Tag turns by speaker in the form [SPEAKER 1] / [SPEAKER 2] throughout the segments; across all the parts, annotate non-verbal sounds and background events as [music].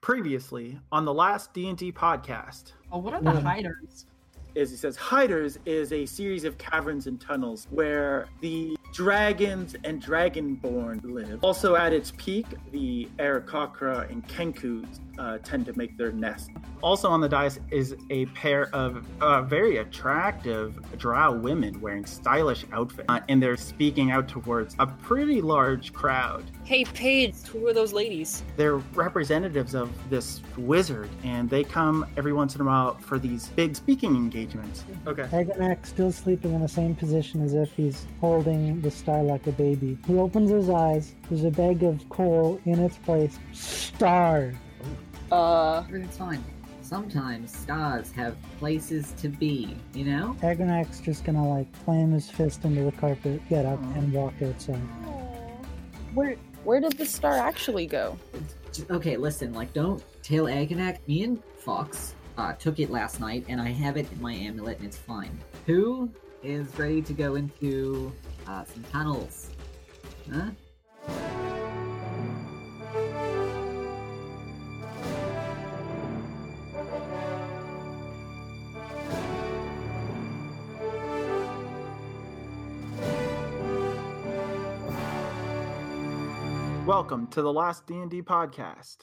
[SPEAKER 1] previously on the last D&D podcast.
[SPEAKER 2] Oh, what are the hiders?
[SPEAKER 1] As he says, Hiders is a series of caverns and tunnels where the dragons and dragonborn live. Also at its peak, the Arakakra and Kenkus uh, tend to make their nest. Also on the dice is a pair of uh, very attractive drow women wearing stylish outfits, uh, and they're speaking out towards a pretty large crowd.
[SPEAKER 3] Hey, Paige, who are those ladies?
[SPEAKER 1] They're representatives of this wizard, and they come every once in a while for these big speaking engagements. Okay.
[SPEAKER 4] Agamac still sleeping in the same position as if he's holding the star like a baby. He opens his eyes. There's a bag of coal in its place. Star.
[SPEAKER 3] Uh,
[SPEAKER 5] Everything's fine. Sometimes stars have places to be, you know?
[SPEAKER 4] Agonac's just gonna like slam his fist into the carpet, get up, and walk outside.
[SPEAKER 3] where where did the star actually go?
[SPEAKER 5] J- Okay, listen, like, don't tell Agonac. Me and Fox uh, took it last night, and I have it in my amulet, and it's fine. Who is ready to go into uh, some tunnels? Huh?
[SPEAKER 1] Welcome to the last D&D podcast.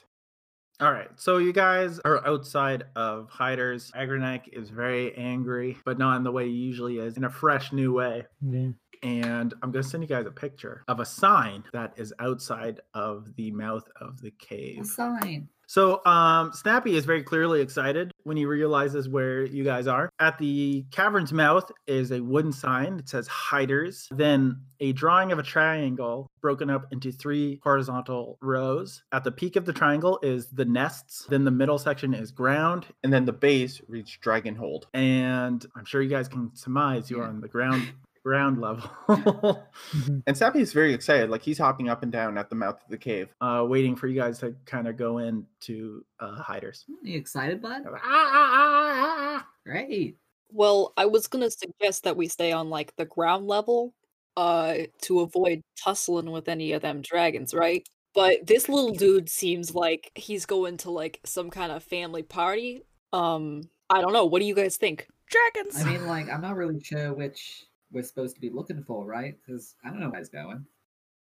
[SPEAKER 1] All right, so you guys are outside of Hiders. Agrinek is very angry, but not in the way he usually is, in a fresh new way.
[SPEAKER 4] Yeah.
[SPEAKER 1] And I'm going to send you guys a picture of a sign that is outside of the mouth of the
[SPEAKER 5] A
[SPEAKER 1] cave.
[SPEAKER 5] sign.
[SPEAKER 1] So, um, Snappy is very clearly excited when he realizes where you guys are. At the cavern's mouth is a wooden sign. It says hiders, then a drawing of a triangle broken up into three horizontal rows. At the peak of the triangle is the nests, then the middle section is ground, and then the base reached dragonhold. And I'm sure you guys can surmise you're
[SPEAKER 5] Yeah.
[SPEAKER 1] on the ground ground level.
[SPEAKER 4] Mhm.
[SPEAKER 1] And Sappy is very excited. Like he's hopping up and down at the mouth of the cave, uh, waiting for you guys to kind of go in to uh, hiders.
[SPEAKER 5] You excited, bud?
[SPEAKER 3] Ah,
[SPEAKER 5] Great.
[SPEAKER 3] Well, I was gonna suggest that we stay on like the ground level, uh, to avoid tussling with any of them dragons, right? But this little dude seems like he's going to like some kind of family party. Um, I don't know. What do you guys think?
[SPEAKER 5] I
[SPEAKER 6] Dragons.
[SPEAKER 5] mean, like, I'm not really sure which we're supposed to be looking for, right? Because I don't know where it's going.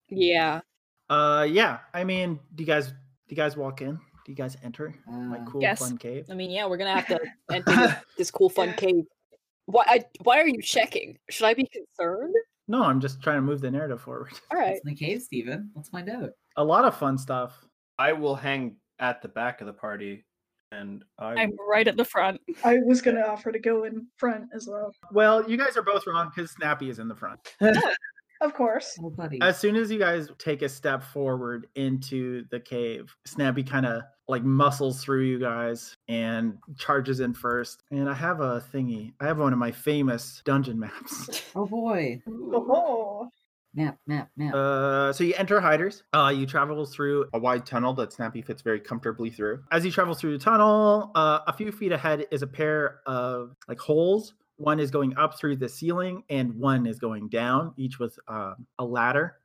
[SPEAKER 3] Yeah.
[SPEAKER 5] Hmm.
[SPEAKER 1] Uh, yeah. I mean, do you guys do you guys walk in? Do you guys enter?
[SPEAKER 5] Uh,
[SPEAKER 1] Like cool
[SPEAKER 6] Yes.
[SPEAKER 1] fun cave.
[SPEAKER 3] I mean, yeah, we're gonna
[SPEAKER 1] [laughs]
[SPEAKER 3] have to enter this, this cool, fun cave. Why? I, why are you checking? Should I be concerned?
[SPEAKER 1] No, I'm just trying to move the narrative forward.
[SPEAKER 3] All
[SPEAKER 5] What's
[SPEAKER 3] right.
[SPEAKER 5] in the cave, Steven? Let's find out.
[SPEAKER 1] A lot of fun stuff.
[SPEAKER 7] I will hang at the back of the party, and I
[SPEAKER 6] I'm right at the front.
[SPEAKER 8] I was gonna offer to go in front as well.
[SPEAKER 1] Well, you guys are both wrong because Snappy is in the front.
[SPEAKER 8] Of course.
[SPEAKER 5] Oh, buddy.
[SPEAKER 1] As soon as you guys take a step forward into the cave, Snappy kind of like muscles through you guys and charges in first. And I have a thingy. I have one of my famous dungeon maps.
[SPEAKER 5] Oh, boy.
[SPEAKER 8] Oh,
[SPEAKER 5] Map, map, map.
[SPEAKER 1] Uh, so you enter hiders. Uh, you travel through a wide tunnel that Snappy fits very comfortably through. As you travel through the tunnel, uh, a few feet ahead is a pair of like holes. One is going up through the ceiling, and one is going down, each with um, a ladder.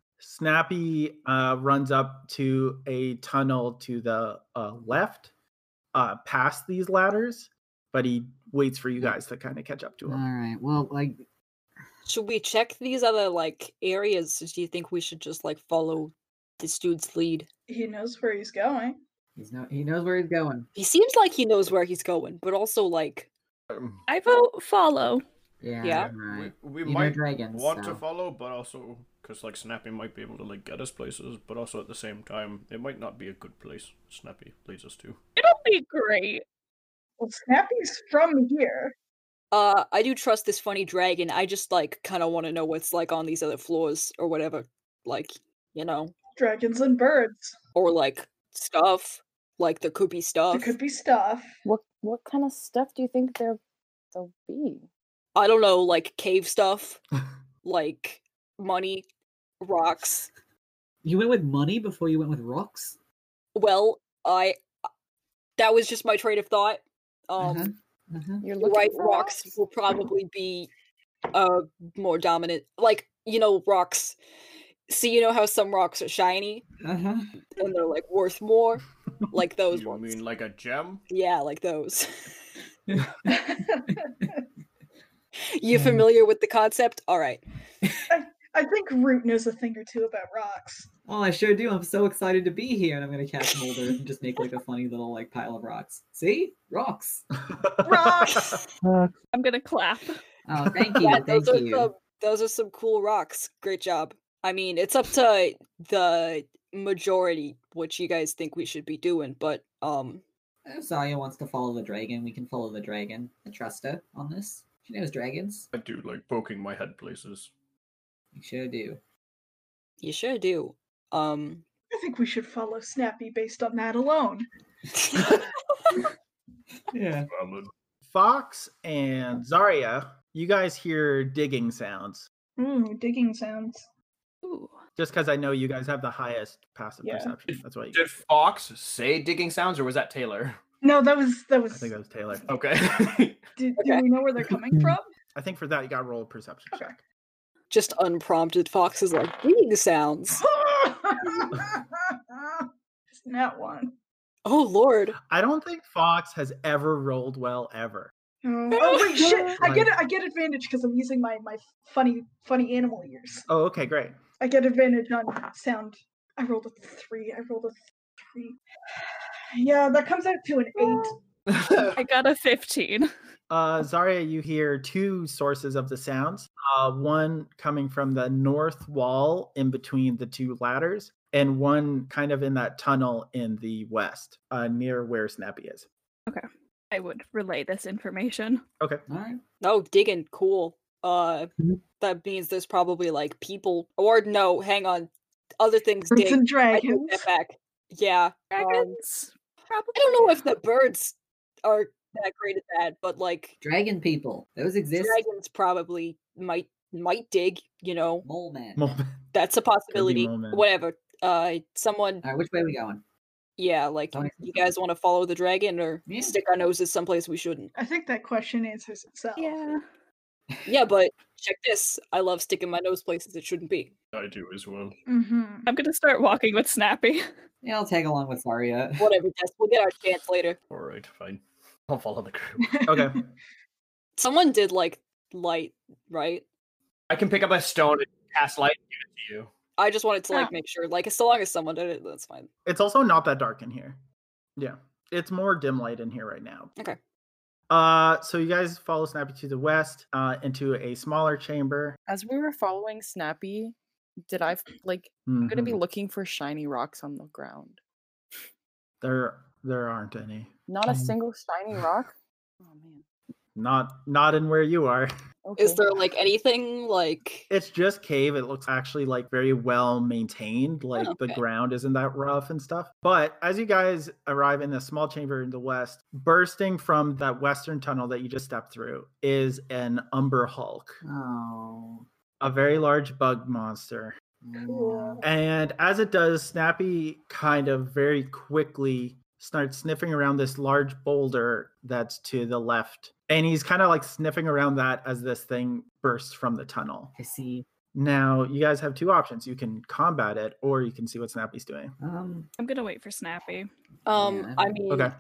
[SPEAKER 1] Snappy uh, runs up to a tunnel to the uh, left, uh, past these ladders, but he waits for you guys to kind of catch up to
[SPEAKER 5] All
[SPEAKER 1] him.
[SPEAKER 5] right. Well, like,
[SPEAKER 3] Should we check these other like areas? Do you think we should just like follow this dude's lead?
[SPEAKER 8] he knows where he's going.
[SPEAKER 5] he's no, he knows where he's going.
[SPEAKER 3] He seems like he knows where he's going, but also like
[SPEAKER 7] um,
[SPEAKER 6] I vote follow.
[SPEAKER 5] Yeah.
[SPEAKER 3] Yeah.
[SPEAKER 5] all Right.
[SPEAKER 7] we, we
[SPEAKER 5] You know
[SPEAKER 7] might
[SPEAKER 5] dragons,
[SPEAKER 7] want
[SPEAKER 5] so-
[SPEAKER 7] to follow, but also because like Snappy might be able to like get us places, but also at the same time it might not be a good place. Snappy leads us to.
[SPEAKER 6] It'll be great.
[SPEAKER 8] Well, Snappy's from here.
[SPEAKER 3] uh I do trust this funny dragon. I just like kind of want to know what's like on these other floors or whatever. Like, you know,
[SPEAKER 8] Dragons and birds.
[SPEAKER 3] or like stuff. Like there could be
[SPEAKER 8] There
[SPEAKER 3] stuff.
[SPEAKER 8] could be stuff.
[SPEAKER 9] What what kind of stuff do you think there there'll be?
[SPEAKER 3] I don't know, like cave stuff, like money, rocks.
[SPEAKER 5] You went with money before you went with rocks.
[SPEAKER 3] Well, I uh, that was just my train of thought. Um
[SPEAKER 5] Uh-huh. Uh-huh.
[SPEAKER 9] You're
[SPEAKER 3] You're
[SPEAKER 9] looking
[SPEAKER 3] right
[SPEAKER 9] for
[SPEAKER 3] rocks will probably be uh more dominant like you know rocks see you know how some rocks are shiny
[SPEAKER 5] Uh-huh.
[SPEAKER 3] and they're like worth more like those
[SPEAKER 7] you
[SPEAKER 3] ones.
[SPEAKER 7] mean like a gem?
[SPEAKER 3] Yeah, like
[SPEAKER 5] [laughs]
[SPEAKER 3] those. [laughs] you
[SPEAKER 5] Yeah.
[SPEAKER 3] familiar with the concept? All right.
[SPEAKER 8] I think Root knows a thing or two about rocks.
[SPEAKER 5] Well, Oh, I sure do. I'm so excited to be here, and I'm gonna cast Mold Earth and just make like a funny little like pile of rocks. See, rocks.
[SPEAKER 8] Rocks!
[SPEAKER 4] Uh,
[SPEAKER 6] I'm gonna clap.
[SPEAKER 5] [laughs] Oh, thank you,
[SPEAKER 3] Yeah,
[SPEAKER 5] thank
[SPEAKER 3] those are
[SPEAKER 5] you.
[SPEAKER 3] some those are some cool rocks. Great job. I mean, it's up to the majority what you guys think we should be doing, but um
[SPEAKER 5] If Zarya wants to follow the dragon, we can follow the dragon. I trust her on this. She knows dragons.
[SPEAKER 7] I do like poking my head places.
[SPEAKER 5] You sure do.
[SPEAKER 3] you sure do. Um
[SPEAKER 8] I think we should follow Snappy based on that alone.
[SPEAKER 5] Yeah.
[SPEAKER 7] Valid.
[SPEAKER 1] Fox and Zarya, you guys hear digging sounds
[SPEAKER 8] Mm, digging sounds.
[SPEAKER 6] Ooh.
[SPEAKER 1] just because I know you guys have the highest passive
[SPEAKER 8] Yeah.
[SPEAKER 1] perception. That's why you,
[SPEAKER 2] Did Fox say digging sounds, or was that Taylor?
[SPEAKER 8] No, that was that
[SPEAKER 1] I
[SPEAKER 8] was.
[SPEAKER 1] think that was Taylor.
[SPEAKER 2] Okay.
[SPEAKER 8] Do, do
[SPEAKER 3] Okay.
[SPEAKER 8] we know where they're coming
[SPEAKER 5] Mm-hmm.
[SPEAKER 8] from?
[SPEAKER 1] I think for that you got to roll a perception
[SPEAKER 8] Okay.
[SPEAKER 1] check.
[SPEAKER 3] just unprompted fox is like reading sounds.
[SPEAKER 8] it's not one.
[SPEAKER 3] Oh lord.
[SPEAKER 1] I don't think Fox has ever rolled well ever.
[SPEAKER 6] [laughs]
[SPEAKER 8] Oh, oh, wait, shit! I
[SPEAKER 1] Right.
[SPEAKER 8] get it. I get advantage because I'm using my my funny funny animal ears.
[SPEAKER 1] Oh, okay, great.
[SPEAKER 8] I get advantage on sound. I rolled a three. I rolled a three. Yeah, that comes out to an eight.
[SPEAKER 6] [laughs] I got a 15.
[SPEAKER 1] Uh, Zarya, you hear two sources of the sounds. Uh, one coming from the north wall in between the two ladders, and one kind of in that tunnel in the west, uh, near where Snappy is.
[SPEAKER 6] I would relay this information.
[SPEAKER 5] All right.
[SPEAKER 3] No digging, Oh, cool. Uh
[SPEAKER 5] Mm-hmm.
[SPEAKER 4] Mhm.
[SPEAKER 3] that means there's probably like people or no, hang on. Other things
[SPEAKER 8] Birds
[SPEAKER 3] dig.
[SPEAKER 8] and
[SPEAKER 3] I take that
[SPEAKER 8] dragons.
[SPEAKER 3] back. Yeah. um,
[SPEAKER 6] Dragons. probably.
[SPEAKER 3] I don't know if the birds are that great at that, but like
[SPEAKER 5] Dragon people. Those exist.
[SPEAKER 3] dragons probably might might dig. You know,
[SPEAKER 5] Mole men.
[SPEAKER 1] Moment.
[SPEAKER 3] that's a possibility.
[SPEAKER 1] moment.
[SPEAKER 3] Whatever. Uh, someone.
[SPEAKER 5] All right. Which way are we going?
[SPEAKER 3] Yeah, like
[SPEAKER 5] Don't
[SPEAKER 3] you
[SPEAKER 5] exist.
[SPEAKER 3] guys want to follow the dragon or
[SPEAKER 5] Yeah.
[SPEAKER 3] stick our noses someplace we shouldn't.
[SPEAKER 8] I think that question answers itself.
[SPEAKER 6] Yeah.
[SPEAKER 3] Yeah, but check this. I love sticking my nose places it shouldn't be.
[SPEAKER 7] I do as well.
[SPEAKER 8] Mm-hmm.
[SPEAKER 6] I'm gonna start walking with Snappy.
[SPEAKER 5] Yeah, I'll tag along with [laughs] Zarya.
[SPEAKER 3] Whatever, Jess. We'll get our chance later.
[SPEAKER 7] All right, fine.
[SPEAKER 2] I'll follow the group.
[SPEAKER 1] Okay.
[SPEAKER 3] Someone did like light, right?
[SPEAKER 2] I can pick up a stone and cast light and give it to you.
[SPEAKER 3] I just wanted to
[SPEAKER 6] Yeah.
[SPEAKER 3] like make sure. Like, so long as someone did it, that's fine.
[SPEAKER 1] It's also not that dark in here. Yeah. It's more dim light in here right now.
[SPEAKER 3] Okay.
[SPEAKER 1] Uh, so you guys follow Snappy to the west uh, into a smaller chamber.
[SPEAKER 10] As we were following Snappy, did I f- like? I'm gonna be
[SPEAKER 1] Mhm.
[SPEAKER 10] looking for shiny rocks on the ground.
[SPEAKER 1] there. There aren't any.
[SPEAKER 10] Not a
[SPEAKER 4] Mm.
[SPEAKER 10] single shiny rock. Oh man.
[SPEAKER 1] Not not in where you are. [laughs]
[SPEAKER 10] Okay.
[SPEAKER 3] Is there like anything like?
[SPEAKER 1] It's just cave. It looks actually like very well maintained. Like the
[SPEAKER 3] okay.
[SPEAKER 1] ground isn't that rough and stuff. But as you guys arrive in the small chamber in the west, bursting from that western tunnel that you just stepped through is an umber hulk,
[SPEAKER 5] Oh.
[SPEAKER 1] a very large bug monster.
[SPEAKER 5] yeah.
[SPEAKER 1] Mm. And as it does, Snappy kind of very quickly starts sniffing around this large boulder that's to the left. And he's kind of like sniffing around that as this thing bursts from the tunnel.
[SPEAKER 5] I see.
[SPEAKER 1] Now, you guys have two options. You can combat it or you can see what Snappy's doing.
[SPEAKER 5] Um.
[SPEAKER 6] I'm gonna wait for Snappy.
[SPEAKER 3] Um,
[SPEAKER 5] Yeah, I
[SPEAKER 3] I
[SPEAKER 5] don't-
[SPEAKER 3] mean,
[SPEAKER 1] Okay.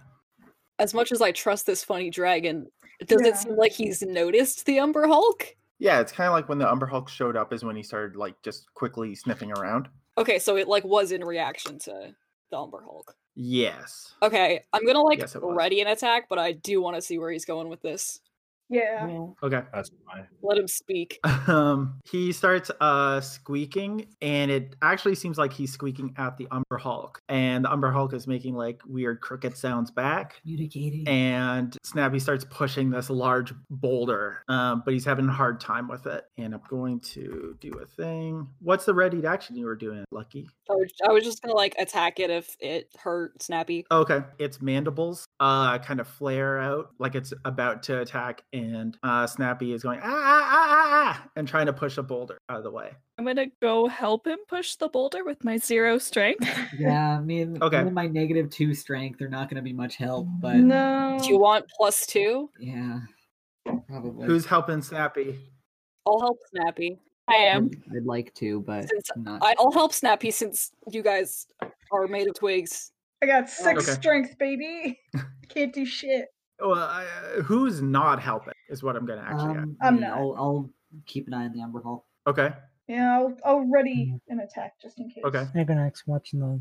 [SPEAKER 3] as much as I trust this funny dragon, does
[SPEAKER 8] Yeah.
[SPEAKER 3] it seem like he's noticed the Umber Hulk?
[SPEAKER 1] Yeah, it's kind of like when the Umber Hulk showed up is when he started like just quickly sniffing around.
[SPEAKER 3] Okay, so it like was in reaction to the Umber Hulk.
[SPEAKER 1] Yes.
[SPEAKER 3] Okay, I'm gonna like
[SPEAKER 1] Yes, it was.
[SPEAKER 3] ready an attack, but I do want to see where he's going with this.
[SPEAKER 8] Yeah.
[SPEAKER 1] Okay.
[SPEAKER 7] That's fine.
[SPEAKER 3] Let him speak.
[SPEAKER 1] [laughs] Um, he starts uh squeaking, and it actually seems like he's squeaking at the Umber Hulk, and the Umber Hulk is making like weird crooked sounds back.
[SPEAKER 4] Hmm.
[SPEAKER 5] Communicating.
[SPEAKER 1] And Snappy starts pushing this large boulder, um, but he's having a hard time with it. And I'm going to do a thing. What's the readied action you were doing, Lucky?
[SPEAKER 3] I was, I was just gonna like attack it if it hurt Snappy.
[SPEAKER 1] Okay, its mandibles uh kind of flare out like it's about to attack, and uh, Snappy is going ah ah ah ah ah and trying to push a boulder out of the way.
[SPEAKER 6] I'm gonna go help him push the boulder with my zero strength.
[SPEAKER 5] Yeah. I mean,
[SPEAKER 1] Okay.
[SPEAKER 5] even my negative two strength, they're not gonna be much help. But
[SPEAKER 8] No.
[SPEAKER 3] Do you want plus two?
[SPEAKER 5] yeah, probably.
[SPEAKER 1] Who's helping Snappy?
[SPEAKER 3] I'll help Snappy.
[SPEAKER 6] I am.
[SPEAKER 5] I'd, I'd
[SPEAKER 1] uh,
[SPEAKER 5] like to, but
[SPEAKER 3] Since
[SPEAKER 5] I'm not.
[SPEAKER 3] I, I'll help Snappy since you guys are made of twigs. Um,
[SPEAKER 8] I got six
[SPEAKER 1] Okay. [laughs]
[SPEAKER 8] strength, baby. Can't do shit.
[SPEAKER 1] Well, I, uh who's not helping is what I'm going to actually ask.
[SPEAKER 5] Um,
[SPEAKER 8] I'm
[SPEAKER 5] yeah,
[SPEAKER 8] not.
[SPEAKER 5] I'll, I'll keep an eye on the Amber Hall.
[SPEAKER 1] Okay.
[SPEAKER 8] Yeah, I'll, I'll ready an attack just in case.
[SPEAKER 1] Okay.
[SPEAKER 4] Agronach's watching the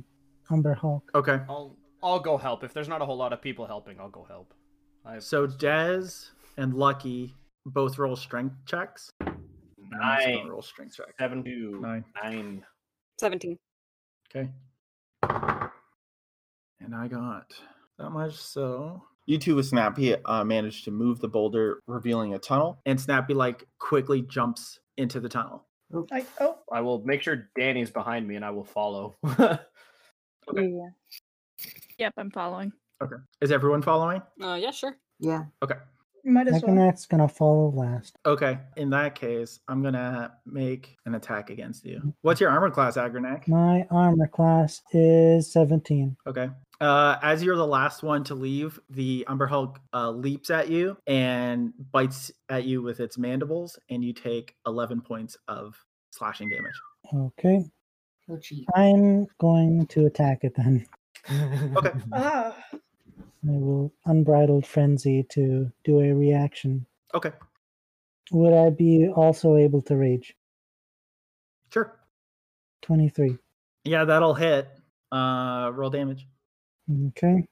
[SPEAKER 4] Umber Hulk.
[SPEAKER 1] Okay.
[SPEAKER 7] I'll I'll go help. If there's not a whole lot of people helping, I'll go help. I've
[SPEAKER 1] So Dez and Lucky both roll strength checks. No, it's not
[SPEAKER 7] Nine.
[SPEAKER 1] Roll strength check.
[SPEAKER 7] seven two
[SPEAKER 1] Nine.
[SPEAKER 7] nine.
[SPEAKER 3] 17.
[SPEAKER 1] Okay. And I got that much. So you two with Snappy uh, managed to move the boulder, revealing a tunnel. And Snappy like quickly jumps into the tunnel.
[SPEAKER 8] I, oh,
[SPEAKER 7] I will make sure Danny's behind me, and I
[SPEAKER 2] [laughs]
[SPEAKER 7] will follow.
[SPEAKER 9] Yeah.
[SPEAKER 6] Yep, I'm following.
[SPEAKER 1] Okay. Is everyone following?
[SPEAKER 3] Uh, yeah, sure.
[SPEAKER 5] Yeah.
[SPEAKER 1] Okay.
[SPEAKER 8] might as well.
[SPEAKER 4] Agronach's gonna follow last.
[SPEAKER 1] Okay. In that case, I'm gonna make an attack against you. What's your armor class, Agrinak?
[SPEAKER 4] My armor class is 17.
[SPEAKER 1] Okay. Uh, as you're the last one to leave, the Umber Hulk uh, leaps at you and bites at you with its mandibles, and you take 11 points of slashing damage.
[SPEAKER 4] Okay.
[SPEAKER 5] Oh, gee.
[SPEAKER 4] I'm going to attack it then. [laughs]
[SPEAKER 1] Okay.
[SPEAKER 8] Ah,
[SPEAKER 4] I will unbridled frenzy to do a reaction.
[SPEAKER 1] Okay.
[SPEAKER 4] Would I be also able to rage?
[SPEAKER 1] Sure.
[SPEAKER 4] 23.
[SPEAKER 1] Yeah, that'll hit. Uh, roll damage.
[SPEAKER 4] Okay.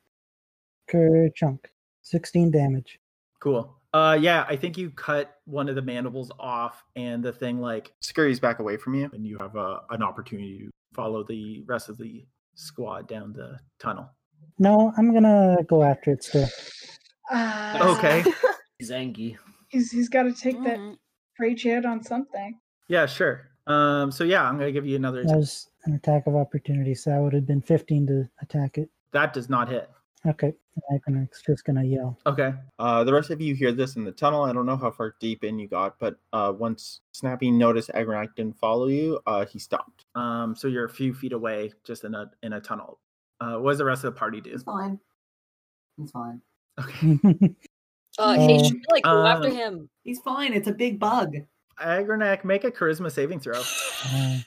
[SPEAKER 4] Ker chunk. 16 damage.
[SPEAKER 1] Cool. Uh, yeah, I think you cut one of the mandibles off, and the thing like scurries back away from you, and you have uh an opportunity to follow the rest of the squad down the tunnel.
[SPEAKER 4] No, I'm gonna go after it still.
[SPEAKER 8] ah.
[SPEAKER 5] [laughs]
[SPEAKER 1] Okay.
[SPEAKER 5] Zangy.
[SPEAKER 8] He's he's got to take that
[SPEAKER 3] Alright.
[SPEAKER 8] rage hit on something.
[SPEAKER 1] yeah, sure. Um, so yeah, I'm gonna give you another.
[SPEAKER 4] That was an attack of opportunity, so that would have been 15 to attack it.
[SPEAKER 1] That does not hit.
[SPEAKER 4] Okay. Agronach's just gonna
[SPEAKER 1] [laughs]
[SPEAKER 4] yell.
[SPEAKER 1] Okay. Uh, the rest of you hear this in the tunnel. I don't know how far deep in you got, but uh, once Snappy noticed Agronac didn't follow you, uh, he stopped. Um, so you're a few feet away, just in a in a tunnel. Uh, what does the rest of the party do?
[SPEAKER 5] It's fine. It's fine.
[SPEAKER 1] Okay.
[SPEAKER 3] Uh, hey,
[SPEAKER 4] Um,
[SPEAKER 3] should we, like, go after
[SPEAKER 1] um,
[SPEAKER 3] him?
[SPEAKER 5] He's fine. It's a big bug.
[SPEAKER 1] Agronac, make a charisma saving throw.
[SPEAKER 4] Uh,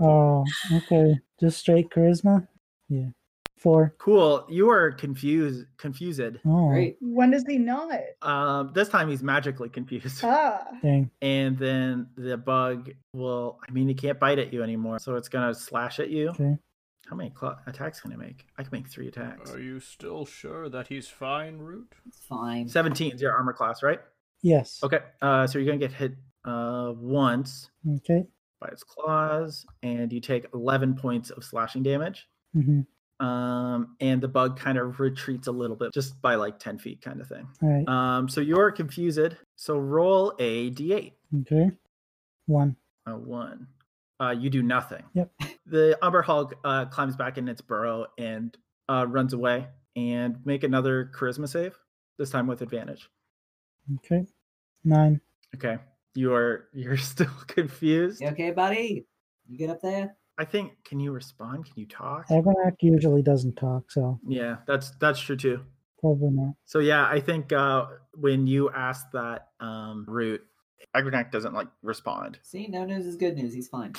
[SPEAKER 4] oh, okay. Just straight charisma? Yeah. Four.
[SPEAKER 1] Cool. You are confused. Confused.
[SPEAKER 4] Oh,
[SPEAKER 5] Great.
[SPEAKER 8] When does he not?
[SPEAKER 1] Um, this time he's magically confused.
[SPEAKER 8] Ah,
[SPEAKER 4] dang.
[SPEAKER 1] And then the bug will. I mean, he can't bite at you anymore, so it's gonna slash at you.
[SPEAKER 4] Okay.
[SPEAKER 1] How many cla attacks can I make? I can make three attacks.
[SPEAKER 7] Are you still sure that he's fine, Root?
[SPEAKER 5] It's fine.
[SPEAKER 1] 17 is your armor class, right?
[SPEAKER 4] Yes.
[SPEAKER 1] Okay. Uh, so you're going to get hit uh, once
[SPEAKER 4] Okay.
[SPEAKER 1] by its claws, and you take 11 points of slashing damage.
[SPEAKER 4] Mm-hmm.
[SPEAKER 1] Um, and the bug kind of retreats a little bit, just by like 10 feet, kind of thing.
[SPEAKER 4] All right.
[SPEAKER 1] Um, so you're confused. So roll a d8.
[SPEAKER 4] Okay. One.
[SPEAKER 1] A one. Uh, you do nothing.
[SPEAKER 4] Yep.
[SPEAKER 1] The Umber Hulk uh, climbs back in its burrow and uh, runs away. And make another charisma save, this time with advantage.
[SPEAKER 4] Okay. Nine.
[SPEAKER 1] Okay. You are you're [laughs] still confused.
[SPEAKER 5] You okay, buddy? You get up there?
[SPEAKER 1] I think can you respond? Can you talk?
[SPEAKER 4] Agronach usually doesn't talk, so
[SPEAKER 1] Yeah, that's that's true too.
[SPEAKER 4] probably not.
[SPEAKER 1] So yeah, I think uh when you ask that um root, Agronac doesn't like respond.
[SPEAKER 5] See, no news is good news. He's fine.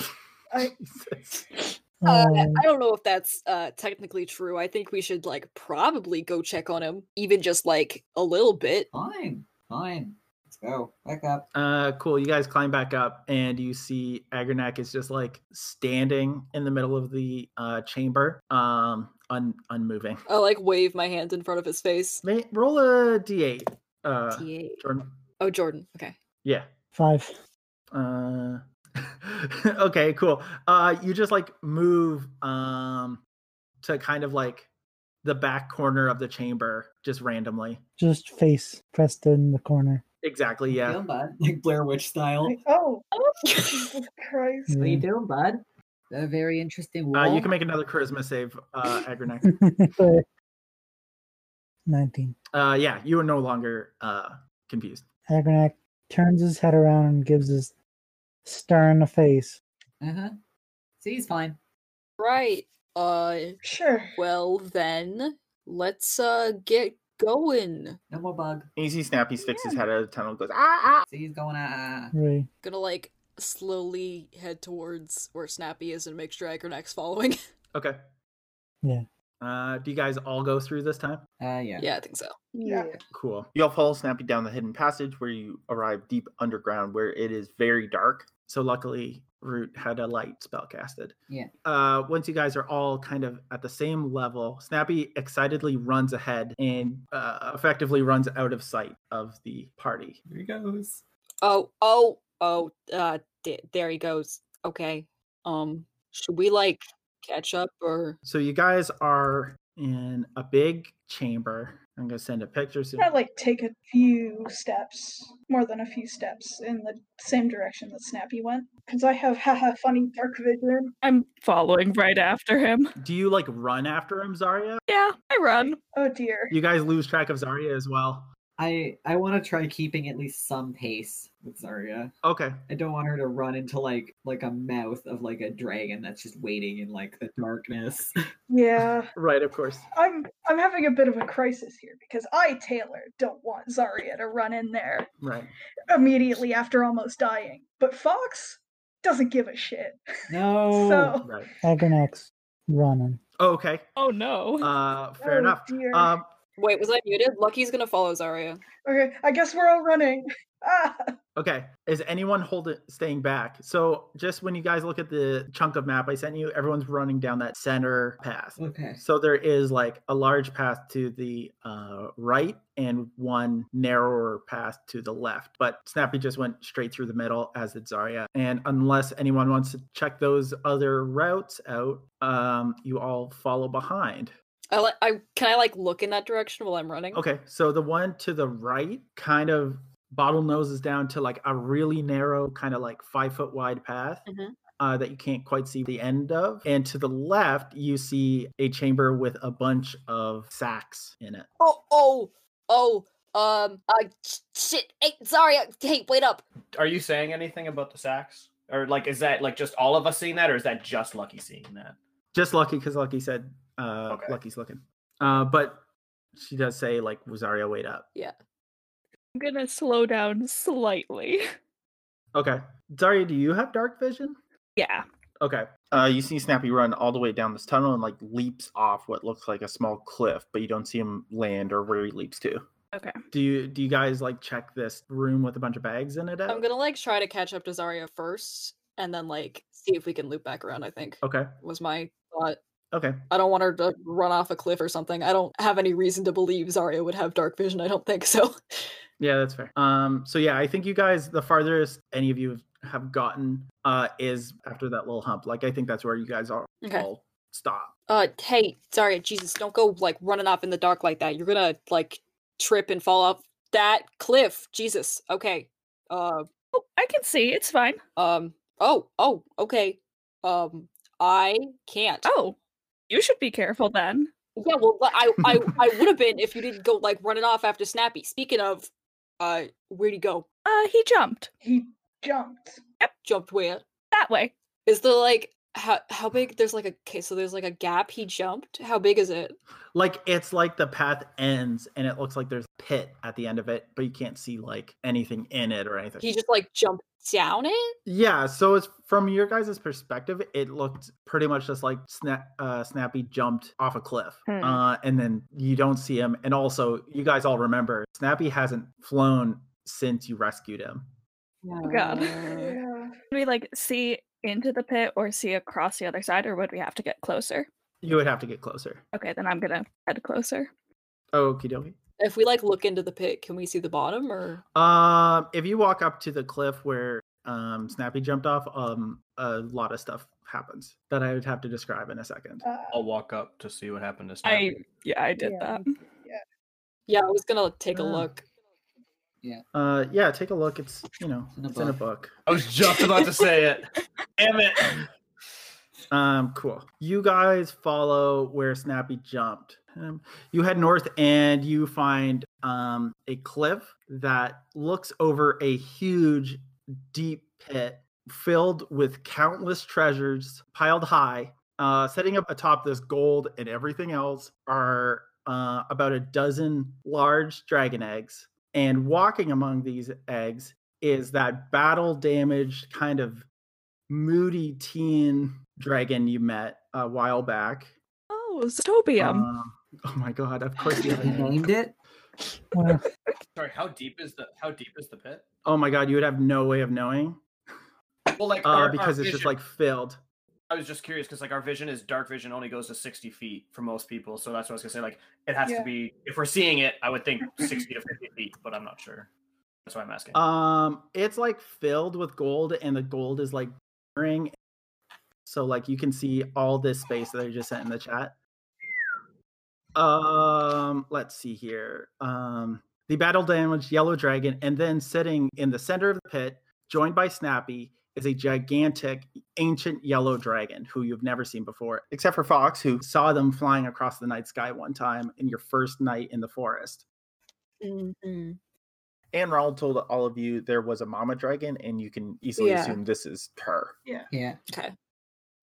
[SPEAKER 8] I-
[SPEAKER 1] [laughs] Jesus. Oh.
[SPEAKER 3] Uh,
[SPEAKER 8] Oh.
[SPEAKER 4] Um,
[SPEAKER 3] I don't know if that's uh, technically true. I think we should, like, probably go check on him, even just, like, a little bit.
[SPEAKER 5] Fine. Fine. Let's go. Back up.
[SPEAKER 1] Uh cool, you guys climb back up and you see Agronac is just like standing in the middle of the uh chamber, um un unmoving.
[SPEAKER 3] I, like, wave my hand in front of his face.
[SPEAKER 1] May roll a D eight. Uh
[SPEAKER 3] T8.
[SPEAKER 1] Jordan.
[SPEAKER 3] Oh, Jordan. Okay.
[SPEAKER 1] Yeah.
[SPEAKER 4] Five.
[SPEAKER 1] Uh, [laughs] okay, cool. Uh, you just like move um to kind of like the back corner of the chamber just randomly.
[SPEAKER 4] Just face pressed in the corner. [laughs]
[SPEAKER 1] Exactly.
[SPEAKER 5] How you
[SPEAKER 1] Yeah.
[SPEAKER 5] doing, bud? [laughs] Like Blair Witch style.
[SPEAKER 8] I- oh, Jesus Christ.
[SPEAKER 5] What are you
[SPEAKER 4] Yeah.
[SPEAKER 5] doing, bud? A very interesting
[SPEAKER 1] Uh,
[SPEAKER 5] wall.
[SPEAKER 1] you can make another charisma save, uh, Agrinek.
[SPEAKER 4] But- Nineteen.
[SPEAKER 1] uh, yeah, you are no longer uh confused.
[SPEAKER 4] Agronach turns his head around and gives his stern a face.
[SPEAKER 5] Uh-huh. See, he's fine.
[SPEAKER 3] Right. Uh,
[SPEAKER 8] Sure.
[SPEAKER 3] well then, let's, uh, get going.
[SPEAKER 5] No more bug.
[SPEAKER 1] Easy snappy sticks his head out of the tunnel, goes ah
[SPEAKER 5] See, he's going, uh,
[SPEAKER 4] Right.
[SPEAKER 3] Gonna, like, slowly head towards where Snappy is and make sure Agronach's following.
[SPEAKER 1] ah. Okay. Uh, do you guys all go through this time?
[SPEAKER 5] Uh, yeah.
[SPEAKER 3] Yeah, I think so.
[SPEAKER 8] Yeah.
[SPEAKER 1] Cool. Y'all follow Snappy down the hidden passage where you arrive deep underground where it is very dark. So luckily, Root had a light spell casted.
[SPEAKER 5] Yeah.
[SPEAKER 1] Uh, once you guys are all kind of at the same level, Snappy excitedly runs ahead and uh, effectively runs out of sight of the party.
[SPEAKER 5] Here he goes.
[SPEAKER 3] [laughs] Oh, oh, oh, uh, d- there he goes. Okay. Um, should we like catch up or?
[SPEAKER 1] So you guys are in a big chamber. I'm gonna send a picture soon.
[SPEAKER 8] I like take a few steps, more than a few steps, in the same direction that Snappy went, because I have [laughs] haha funny dark vision.
[SPEAKER 6] I'm following right after him.
[SPEAKER 1] Do you like run after him, Zarya?
[SPEAKER 6] Yeah, I run.
[SPEAKER 8] Oh dear.
[SPEAKER 1] You guys lose track of Zarya as well.
[SPEAKER 5] I I want to try keeping at least some pace with Zarya.
[SPEAKER 1] Okay.
[SPEAKER 5] I don't want her to run into like like a mouth of like a dragon that's just waiting in like the darkness.
[SPEAKER 8] Yeah.
[SPEAKER 1] Right, of course.
[SPEAKER 8] I'm I'm having a bit of a crisis here because I Taylor don't want Zarya to run in there
[SPEAKER 1] Right.
[SPEAKER 8] immediately after almost dying, but Fox doesn't give a shit. [laughs]
[SPEAKER 5] No.
[SPEAKER 8] So
[SPEAKER 1] Right.
[SPEAKER 4] Agrinex running.
[SPEAKER 1] Okay.
[SPEAKER 6] Oh no.
[SPEAKER 1] Uh, fair
[SPEAKER 8] Oh,
[SPEAKER 1] enough.
[SPEAKER 8] dear.
[SPEAKER 1] Um,
[SPEAKER 3] Wait, was I muted? Lucky's gonna follow Zarya.
[SPEAKER 8] okay, I guess we're all running. Ah,
[SPEAKER 1] Okay. Is anyone holding staying back? So just when you guys look at the chunk of map I sent you, everyone's running down that center path.
[SPEAKER 5] Okay.
[SPEAKER 1] So there is like a large path to the uh, right and one narrower path to the left. But Snappy just went straight through the middle, as did Zarya. And unless anyone wants to check those other routes out, um, you all follow behind.
[SPEAKER 3] I like. I can I like look in that direction while I'm running.
[SPEAKER 1] Okay, so the one to the right kind of bottlenoses down to like a really narrow, kind of like five foot wide path
[SPEAKER 3] Mhm.
[SPEAKER 1] uh, that you can't quite see the end of. And to the left, you see a chamber with a bunch of sacks in it.
[SPEAKER 3] Oh, oh, oh. Um. Uh. sh- Shit. Hey, Zarya. Hey, wait up.
[SPEAKER 2] Are you saying anything about the sacks? Or like, is that like just all of us seeing that, or is that just Lucky seeing that?
[SPEAKER 1] Just lucky because Lucky said uh,
[SPEAKER 2] Okay.
[SPEAKER 1] Lucky's looking, uh, but she does say like Rosario, wait up.
[SPEAKER 6] I'm gonna slow down slightly. [laughs]
[SPEAKER 1] Okay, Zarya, do you have dark vision?
[SPEAKER 6] Yeah.
[SPEAKER 1] Okay. Uh, you see Snappy run all the way down this tunnel and like leaps off what looks like a small cliff, but you don't see him land or where he leaps to.
[SPEAKER 6] Okay.
[SPEAKER 1] Do you do you guys like check this room with a bunch of bags in it? out?
[SPEAKER 3] I'm gonna like try to catch up to Zarya first, and then like see if we can loop back around. I think
[SPEAKER 1] Okay.
[SPEAKER 3] was my thought.
[SPEAKER 1] Okay.
[SPEAKER 3] I don't want her to run off a cliff or something. I don't have any reason to believe Zarya would have dark vision. I don't think [laughs] so.
[SPEAKER 1] Yeah, that's fair. Um. So yeah, I think you guys the farthest any of you have- have gotten uh is after that little hump. Like I think that's where you guys are
[SPEAKER 3] Okay.
[SPEAKER 1] all stop.
[SPEAKER 3] Uh, hey, Zarya, Jesus, don't go like running off in the dark like that. You're gonna like trip and fall off that cliff. Jesus. Okay. Uh,
[SPEAKER 6] Oh, I can see. It's fine.
[SPEAKER 3] um. Oh, oh. Okay. Um, I can't.
[SPEAKER 6] Oh, you should be careful then.
[SPEAKER 3] Yeah, well, li- I I, I would have been if you didn't go like running off after Snappy. Speaking of, uh, where'd he go?
[SPEAKER 6] Uh, he jumped
[SPEAKER 8] he jumped.
[SPEAKER 3] Jumped where?
[SPEAKER 6] that way.
[SPEAKER 3] Is there like how how big? There's like a okay, so there's like a gap. He jumped. How big is it?
[SPEAKER 1] Like it's like the path ends and it looks like there's a pit at the end of it, but you can't see like anything in it or anything.
[SPEAKER 3] He just like jumped down it.
[SPEAKER 1] Yeah, so it's from your guys' perspective, it looked pretty much just like Snap, uh, Snappy jumped off a cliff,
[SPEAKER 10] Hmm.
[SPEAKER 1] uh, and then you don't see him. And also, you guys all remember Snappy hasn't flown since you rescued him.
[SPEAKER 6] Oh God.
[SPEAKER 3] Uh,
[SPEAKER 8] Yeah.
[SPEAKER 6] [laughs] Would we like see into the pit or see across the other side, or would we have to get closer?
[SPEAKER 1] You would have to get closer.
[SPEAKER 6] Okay, then I'm gonna head closer.
[SPEAKER 1] Okie dokie.
[SPEAKER 3] if we like look into the pit, can we see the bottom or?
[SPEAKER 1] Um, if you walk up to the cliff where um Snappy jumped off, um, a lot of stuff happens that I would have to describe in a second.
[SPEAKER 8] Uh,
[SPEAKER 7] I'll walk up to see what happened to
[SPEAKER 6] I
[SPEAKER 7] Snappy.
[SPEAKER 6] yeah, I did
[SPEAKER 10] Yeah.
[SPEAKER 6] that.
[SPEAKER 1] [laughs]
[SPEAKER 3] Yeah, I was gonna take a
[SPEAKER 1] Yeah.
[SPEAKER 3] look.
[SPEAKER 1] Uh, yeah, take a look. It's you know,
[SPEAKER 5] In a
[SPEAKER 1] it's in a book.
[SPEAKER 2] I was just about to say it. [laughs] Damn it!
[SPEAKER 1] Um, cool. You guys follow where Snappy jumped. Um, you head north and you find um, a cliff that looks over a huge, deep pit filled with countless treasures piled high. Uh, setting up atop this gold and everything else are uh, about a dozen large dragon eggs. And walking among these eggs is that battle damaged kind of moody teen dragon you met a while back.
[SPEAKER 6] Oh, Oh, Zotobium.
[SPEAKER 1] Um, oh my god! Of course you
[SPEAKER 5] named it.
[SPEAKER 2] Sorry, how deep is the how deep is the pit?
[SPEAKER 1] [laughs] Oh my god! You would have no way of knowing
[SPEAKER 2] Well, like our-
[SPEAKER 1] uh,
[SPEAKER 2] our
[SPEAKER 1] because it's just
[SPEAKER 2] vision-
[SPEAKER 1] like filled.
[SPEAKER 2] I was just curious because like our vision is dark vision only goes to sixty feet for most people, so that's what I was gonna say. Like it has
[SPEAKER 8] Yeah.
[SPEAKER 2] to be if we're seeing it, I would think sixty to fifty feet, but I'm not sure. That's why I'm asking.
[SPEAKER 1] Um, it's like filled with gold, and the gold is like ring. So like you can see all this space that I just sent in the chat. Um, let's see here. Um, the battle damaged yellow dragon, and then sitting in the center of the pit, joined by Snappy, is a gigantic ancient yellow dragon who you've never seen before, except for Fox, who saw them flying across the night sky one time in your first night in the forest.
[SPEAKER 3] Mm-hmm.
[SPEAKER 1] And Ronald told all of you there was a mama dragon, and you can easily
[SPEAKER 3] Yeah.
[SPEAKER 1] assume this is her.
[SPEAKER 8] Yeah.
[SPEAKER 5] Yeah.
[SPEAKER 3] Okay.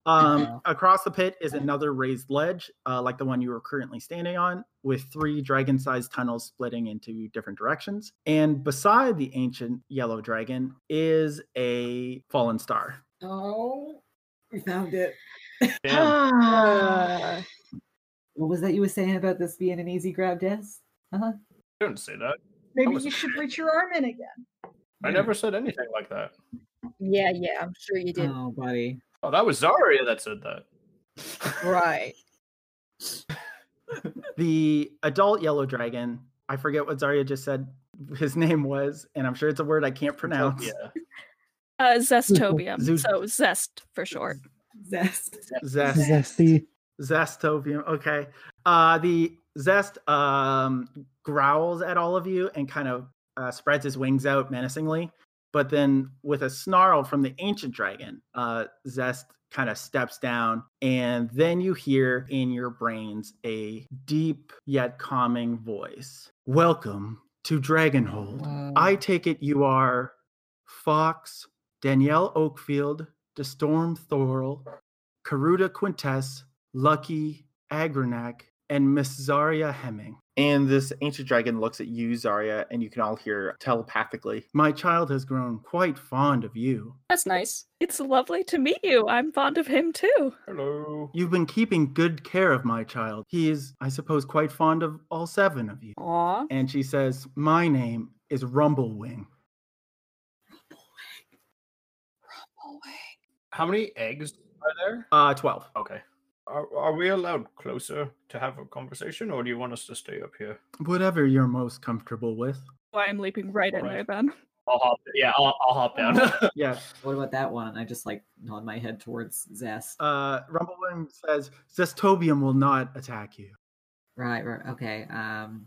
[SPEAKER 1] Um,
[SPEAKER 5] Wow.
[SPEAKER 1] across the pit is another raised ledge, uh, like the one you were currently standing on, with three dragon sized tunnels splitting into different directions. And beside the ancient yellow dragon is a fallen star.
[SPEAKER 5] Oh, we found it.
[SPEAKER 7] Damn.
[SPEAKER 8] Ah.
[SPEAKER 5] [sighs] What was that you were saying about this being an easy grab, Des? Uh-huh.
[SPEAKER 7] Don't say that.
[SPEAKER 8] Maybe you
[SPEAKER 7] wasn't
[SPEAKER 8] should reach your arm in again.
[SPEAKER 7] I never said anything like that.
[SPEAKER 9] Yeah, yeah, I'm sure you did.
[SPEAKER 5] Oh, buddy.
[SPEAKER 7] Oh, that was Zarya that said that.
[SPEAKER 9] Right.
[SPEAKER 1] [laughs] The adult yellow dragon, I forget what Zarya just said his [laughs] name was, and I'm sure it's a word I can't pronounce.
[SPEAKER 7] Yeah.
[SPEAKER 6] Uh, Zestobium.
[SPEAKER 1] Zoo-
[SPEAKER 6] So zest for short.
[SPEAKER 5] Zest.
[SPEAKER 1] Zest.
[SPEAKER 4] Zesty.
[SPEAKER 1] Zestopium. Okay. Uh, the zest um, growls at all of you and kind of uh, spreads his wings out menacingly. But then, with a snarl from the ancient dragon, uh, Zest kind of steps down. And then you hear in your brains a deep yet calming voice Welcome to Dragonhold.
[SPEAKER 5] Wow.
[SPEAKER 1] I take it you are Fox, Danielle Oakfield, DeStorm Thorl, Karuta Quintess, Lucky Agrenak, and Miss Zarya Hemming. And this ancient dragon looks at you, Zarya, and you can all hear telepathically. My child has grown quite fond of you.
[SPEAKER 3] That's nice.
[SPEAKER 6] It's lovely to meet you. I'm fond of him too.
[SPEAKER 7] Hello.
[SPEAKER 1] You've been keeping good care of my child. He is, I suppose, quite fond of all seven of you.
[SPEAKER 3] Aw.
[SPEAKER 1] And she says, My name is Rumblewing.
[SPEAKER 7] How many eggs are there?
[SPEAKER 1] Uh, 12.
[SPEAKER 7] Okay. Are, are we allowed closer to have a conversation, or do you want us to stay up here?
[SPEAKER 1] Whatever you're most comfortable with.
[SPEAKER 6] Why I'm leaping right in
[SPEAKER 7] Right.
[SPEAKER 6] my van.
[SPEAKER 7] I'll hop. Yeah, I'll, I'll hop down.
[SPEAKER 5] [laughs]
[SPEAKER 7] [laughs]
[SPEAKER 1] Yeah.
[SPEAKER 5] What about that one? I just like nod my head towards Zest.
[SPEAKER 1] Uh, Rumblewing says, Zestobium will not attack you.
[SPEAKER 5] Right, right. Okay. Um,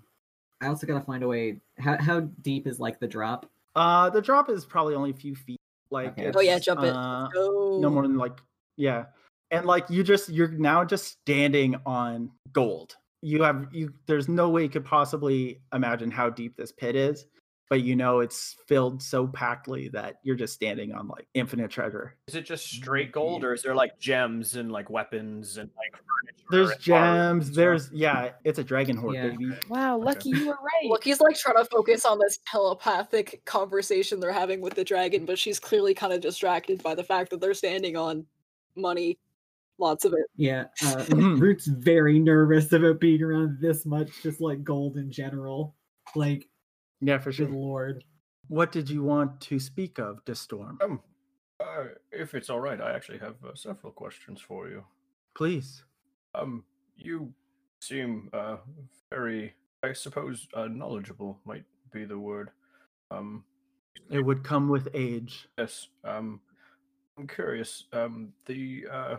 [SPEAKER 5] I also gotta find a way. How how deep is like the drop?
[SPEAKER 1] Uh, the drop is probably only a few feet. Like,
[SPEAKER 5] Okay.
[SPEAKER 3] Oh yeah,
[SPEAKER 1] it's,
[SPEAKER 3] jump it.
[SPEAKER 1] uh,
[SPEAKER 3] Go.
[SPEAKER 1] no more than like yeah and like you just you're now just standing on gold you have you there's no way you could possibly imagine how deep this pit is but you know it's filled so packedly that you're just standing on like infinite treasure
[SPEAKER 2] Is it just straight gold, or is there like gems and like weapons and like [laughs] furniture?
[SPEAKER 1] there's
[SPEAKER 2] and armor and
[SPEAKER 1] gems
[SPEAKER 2] stuff?
[SPEAKER 1] there's yeah it's a dragon horde
[SPEAKER 5] Yeah.
[SPEAKER 1] baby
[SPEAKER 9] Wow, lucky you were right.
[SPEAKER 3] Lucky's like trying to focus on this telepathic conversation they're having with the dragon, but she's clearly kind of distracted by the fact that they're standing on money, lots of it.
[SPEAKER 5] Yeah. Uh, Root's very nervous about being around this much, just like gold in general. Like,
[SPEAKER 1] yeah for
[SPEAKER 5] good
[SPEAKER 1] sure
[SPEAKER 5] lord.
[SPEAKER 1] what did you want to speak of this storm
[SPEAKER 7] Um, uh, if it's all right, I actually have uh, several questions for you.
[SPEAKER 1] please
[SPEAKER 7] Um, you seem uh very, I suppose, uh, knowledgeable might be the word. Um,
[SPEAKER 1] it would come with age
[SPEAKER 7] yes. Um, I'm curious. Um, the uh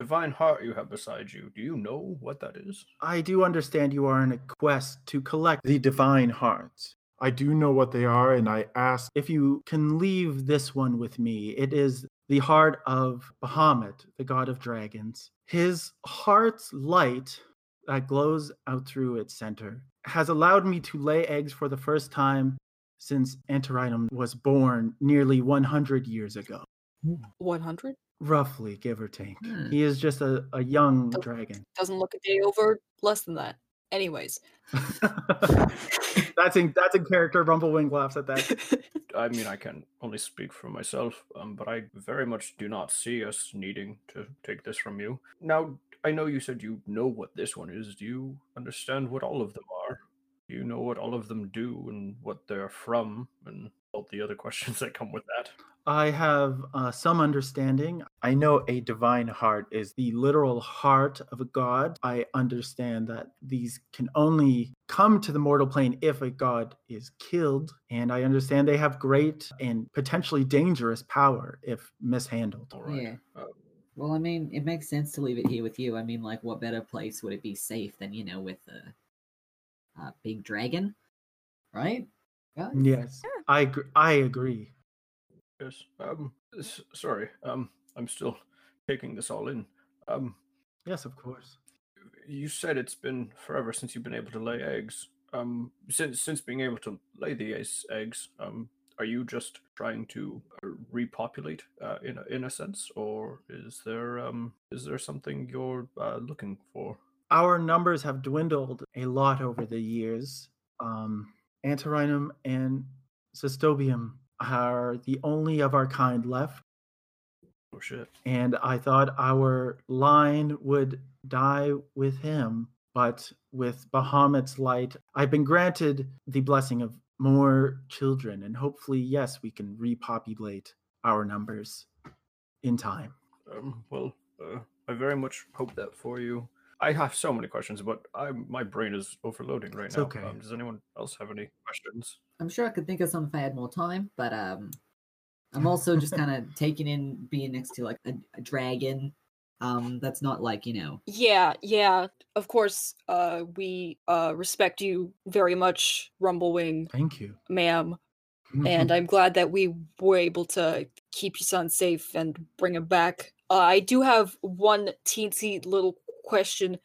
[SPEAKER 7] divine heart you have beside you. Do you know what that is?
[SPEAKER 1] I do understand you are in a quest to collect the divine hearts. I do know what they are, and I ask if you can leave this one with me. It is the heart of Bahamut, the god of dragons. His heart's light that glows out through its center has allowed me to lay eggs for the first time since Antiritum was born nearly 100 years ago,
[SPEAKER 3] One hundred
[SPEAKER 1] roughly, give or take.
[SPEAKER 5] Hmm.
[SPEAKER 1] He is just a, a young
[SPEAKER 3] Oh.
[SPEAKER 1] dragon.
[SPEAKER 3] doesn't look a day over less than that. Anyways,
[SPEAKER 1] that's in that's in character. Rumblewing laughs at that.
[SPEAKER 7] [laughs] I mean, I can only speak for myself, um, but I very much do not see us needing to take this from you. Now, I I know you said you know what this one is. Do you understand what all of them are? Do you know what all of them do and what they're from and all the other [laughs] questions that come with that?
[SPEAKER 1] I have uh, some understanding. I know a divine heart is the literal heart of a god. I understand that these can only come to the mortal plane if a god is killed. And I understand they have great and potentially dangerous power if mishandled.
[SPEAKER 5] Yeah. Well, I mean, it makes sense to leave it here with you. I mean, like, what better place would it be safe than you know with the uh, big dragon, right? Guys?
[SPEAKER 1] Yes, I gr- I agree.
[SPEAKER 7] Yes. Um. s- sorry. Um. I'm still taking this all in. Um.
[SPEAKER 1] Yes, of course.
[SPEAKER 7] You said it's been forever since you've been able to lay eggs. Um. Since since being able to lay the eggs, eggs. Um. Are you just trying to uh, repopulate, uh, in a, in a sense, or is there um is there something you're uh, looking for?
[SPEAKER 1] Our numbers have dwindled a lot over the years. Um, Antarinum and Cystobium are the only of our kind left.
[SPEAKER 7] Oh shit.
[SPEAKER 1] and I thought our line would die with him. But with Bahamut's light, I've been granted the blessing of more children, and hopefully, yes, we can repopulate our numbers in time.
[SPEAKER 7] Um, well, uh, I very much hope that for you. I have so many questions, but I my brain is overloading right
[SPEAKER 1] It's
[SPEAKER 7] now.
[SPEAKER 1] okay.
[SPEAKER 7] Um, does anyone else have any questions?
[SPEAKER 5] I'm sure I could think of something if I had more time, but um, I'm also just kind of taking in being next to like a, a dragon. Um, that's not like you know.
[SPEAKER 3] Yeah, yeah. Of course, uh, we uh, respect you very much, Rumblewing,
[SPEAKER 1] Thank you.
[SPEAKER 3] ma'am. and I'm glad that we were able to keep your son safe and bring him back. Uh, I do have one teensy little question.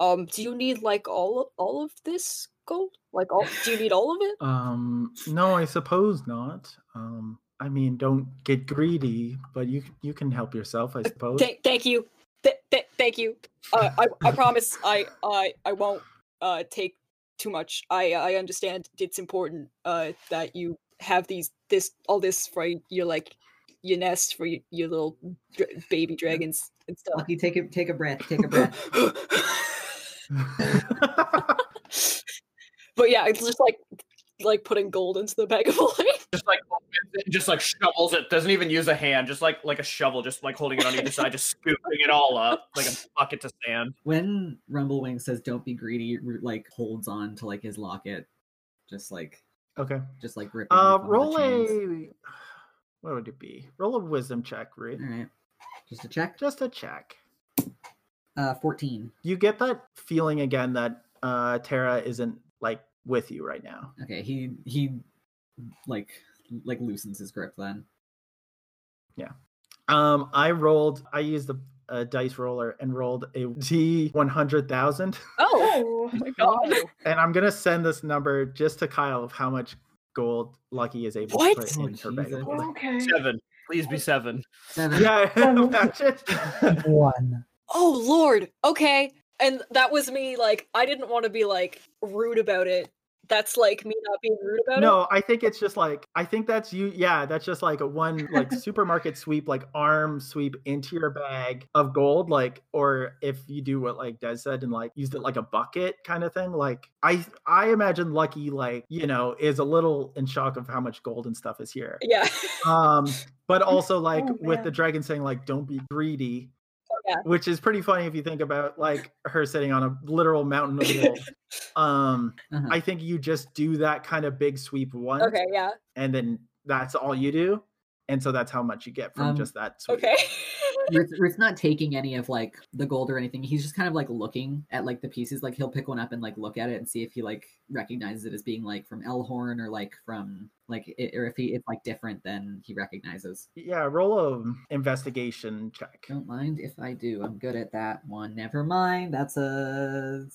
[SPEAKER 3] Um, do you need like all of, all of this gold? Like, all, do you need all of it?
[SPEAKER 1] Um, no, I suppose not. Um, I mean, don't get greedy, but you you can help yourself, I suppose.
[SPEAKER 3] Thank, thank you. Th- th- thank you. Uh, I, I promise I, I, I won't uh, take too much. I, I understand it's important uh, that you have these, this, all this for your like, your nest for your, your little dra- baby dragons and stuff.
[SPEAKER 5] Lucky, take a take a breath. Take a breath.
[SPEAKER 3] [laughs] But yeah, it's just like like putting gold into the bag of holding.
[SPEAKER 2] Just like just like shovels it. Doesn't even use a hand. Just like like a shovel. Just like holding it on either side. Just scooping it all up like a bucket to sand.
[SPEAKER 5] when Rumblewing says "Don't be greedy," Root like holds on to like his locket, just like
[SPEAKER 1] Okay.
[SPEAKER 5] just like ripping.
[SPEAKER 1] Uh,
[SPEAKER 5] like, one of
[SPEAKER 1] roll
[SPEAKER 5] the chains.
[SPEAKER 1] a. What would it be? Roll a wisdom check, Ruth.
[SPEAKER 5] All right, just a check.
[SPEAKER 1] Just a check.
[SPEAKER 5] Uh, fourteen.
[SPEAKER 1] You get that feeling again that uh, Tara isn't like with you right now.
[SPEAKER 5] Okay, he he like like loosens his grip then.
[SPEAKER 1] Um, I rolled. I used a, a dice roller and rolled a D one hundred thousand, [laughs]
[SPEAKER 3] Oh,
[SPEAKER 8] Oh,
[SPEAKER 6] my [laughs] god.
[SPEAKER 1] and I'm gonna send this number just to Kyle of how much gold Lucky is able
[SPEAKER 3] What?
[SPEAKER 1] to put
[SPEAKER 5] Oh,
[SPEAKER 1] in her bag of
[SPEAKER 5] Jesus.
[SPEAKER 1] holding.
[SPEAKER 8] okay.
[SPEAKER 2] Seven. Please be seven.
[SPEAKER 5] Seven.
[SPEAKER 1] Yeah,
[SPEAKER 4] Oh.
[SPEAKER 7] [laughs]
[SPEAKER 1] imagine.
[SPEAKER 4] One.
[SPEAKER 3] oh lord. Okay. And that was me like I didn't want to be like rude about it. That's like me not being rude about it.
[SPEAKER 1] No, I think it's just like I think that's you. Yeah, that's just like a one like supermarket sweep, like arm sweep into your bag of gold, like or if you do what like Des said and like used it like a bucket kind of thing. Like I I imagine Lucky like you know is a little in shock of how much gold and stuff is here.
[SPEAKER 3] Yeah.
[SPEAKER 1] Um,
[SPEAKER 8] [laughs]
[SPEAKER 1] but also like
[SPEAKER 8] Oh,
[SPEAKER 1] with the
[SPEAKER 8] man.
[SPEAKER 1] dragon saying like don't be greedy.
[SPEAKER 3] yeah.
[SPEAKER 1] Which is pretty funny if you think about like her sitting on a literal mountain of
[SPEAKER 3] [laughs]
[SPEAKER 1] gold. um,
[SPEAKER 5] Uh-huh.
[SPEAKER 1] I think you just do that kind of big sweep once,
[SPEAKER 3] Okay, yeah.
[SPEAKER 1] and then that's all you do, and so that's how much you get from
[SPEAKER 5] Um,
[SPEAKER 1] just that sweep.
[SPEAKER 3] Okay.
[SPEAKER 5] Ruth, Ruth's not taking any of like the gold or anything. He's just kind of like looking at like the pieces. Like he'll pick one up and like look at it and see if he like recognizes it as being like from Elhorn or like from like i or if he it's like different than he recognizes.
[SPEAKER 1] Yeah, roll a investigation check.
[SPEAKER 5] Don't mind if I do. I'm good at that one. Never mind. That's a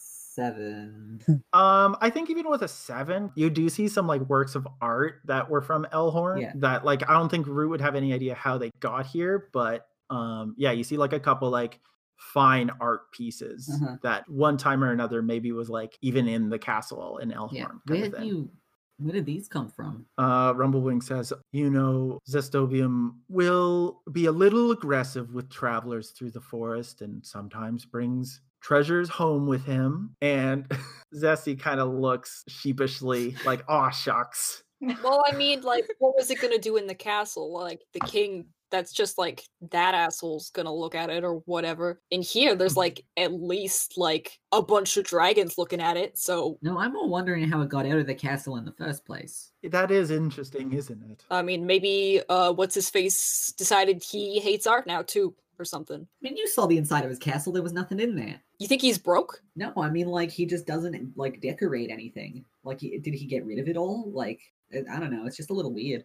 [SPEAKER 5] seven.
[SPEAKER 1] Um, I think even with a seven, you do see some like works of art that were from Elhorn
[SPEAKER 5] Yeah.
[SPEAKER 1] that like I don't think Root would have any idea how they got here, but um, yeah, you see like a couple like fine art pieces
[SPEAKER 5] Uh-huh.
[SPEAKER 1] that one time or another maybe was like even in the castle in Elhorn.
[SPEAKER 5] yeah.
[SPEAKER 1] kind of
[SPEAKER 5] Where
[SPEAKER 1] thing.
[SPEAKER 5] do you Where did these come from?
[SPEAKER 1] Uh, Rumblewing says, you know, Zestobium will be a little aggressive with travelers through the forest and sometimes brings treasures home with him. And [laughs] Zessie kind of looks sheepishly like, aw, shucks.
[SPEAKER 3] well, I mean, like, what was it gonna do in the castle? Like, the king, that's just like that asshole's gonna look at it or whatever. In here, there's like at least like a bunch of dragons looking at it. So,
[SPEAKER 5] No, I'm all wondering how it got out of the castle in the first place.
[SPEAKER 1] That is interesting, isn't it?
[SPEAKER 3] I mean, maybe uh, what's his face decided he hates art now too, or something.
[SPEAKER 5] I mean, you saw the inside of his castle. There was nothing in there.
[SPEAKER 3] You think he's broke?
[SPEAKER 5] No, I mean, like he just doesn't like decorate anything. Like, he, did he get rid of it all? Like, I I don't know. It's just a little weird.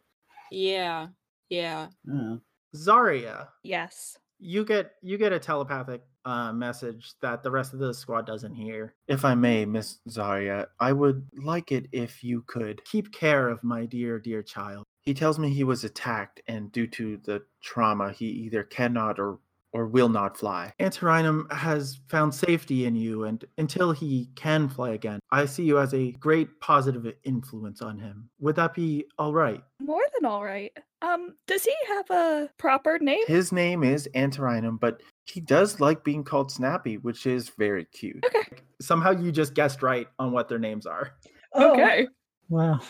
[SPEAKER 3] Yeah, yeah.
[SPEAKER 5] I don't know.
[SPEAKER 1] Zarya,
[SPEAKER 6] Yes.
[SPEAKER 1] you get you get a telepathic uh, message that the rest of the squad doesn't hear. If I may, Miss Zarya, I would like it if you could keep care of my dear, dear child. He tells me he was attacked, and due to the trauma, he either cannot or or will not fly. Antarinum has found safety in you, and until he can fly again, I see you as a great positive influence on him. Would that be all right?
[SPEAKER 6] More than all right. Um, does he have a proper name?
[SPEAKER 1] His name is Antarinum, but he does like being called Snappy, which is very cute.
[SPEAKER 6] Okay.
[SPEAKER 1] Somehow you just guessed right on what their names are.
[SPEAKER 8] Oh,
[SPEAKER 6] Okay.
[SPEAKER 4] Wow.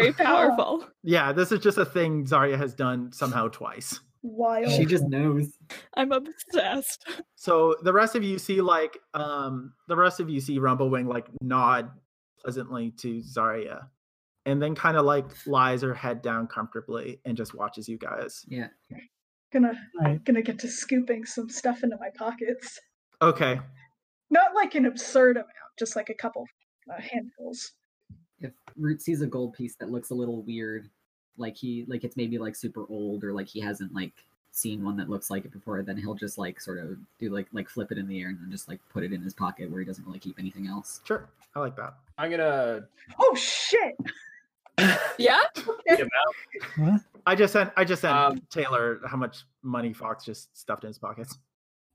[SPEAKER 6] Very powerful.
[SPEAKER 1] Yeah, this is just a thing Zarya has done somehow twice.
[SPEAKER 8] wild.
[SPEAKER 5] She just knows.
[SPEAKER 6] I'm obsessed.
[SPEAKER 1] So the rest of you see like um the rest of you see Rumblewing like nod pleasantly to Zarya and then kind of like lies her head down comfortably and just watches you guys.
[SPEAKER 5] Yeah.
[SPEAKER 8] gonna
[SPEAKER 4] Right.
[SPEAKER 8] gonna get to scooping some stuff into my pockets.
[SPEAKER 1] Okay.
[SPEAKER 8] Not like an absurd amount, just like a couple uh, handfuls.
[SPEAKER 5] if Root sees a gold piece that looks a little weird, like he like it's maybe like super old or like he hasn't like seen one that looks like it before, then he'll just like sort of do like like flip it in the air and then just like put it in his pocket where he doesn't really keep anything else.
[SPEAKER 1] Sure. I like that.
[SPEAKER 2] I'm gonna
[SPEAKER 8] Oh
[SPEAKER 6] [laughs]
[SPEAKER 8] shit!
[SPEAKER 3] Yeah.
[SPEAKER 2] give
[SPEAKER 4] Huh?
[SPEAKER 1] I just sent I just sent
[SPEAKER 2] Um,
[SPEAKER 1] Taylor how much money Fox just stuffed in his pockets.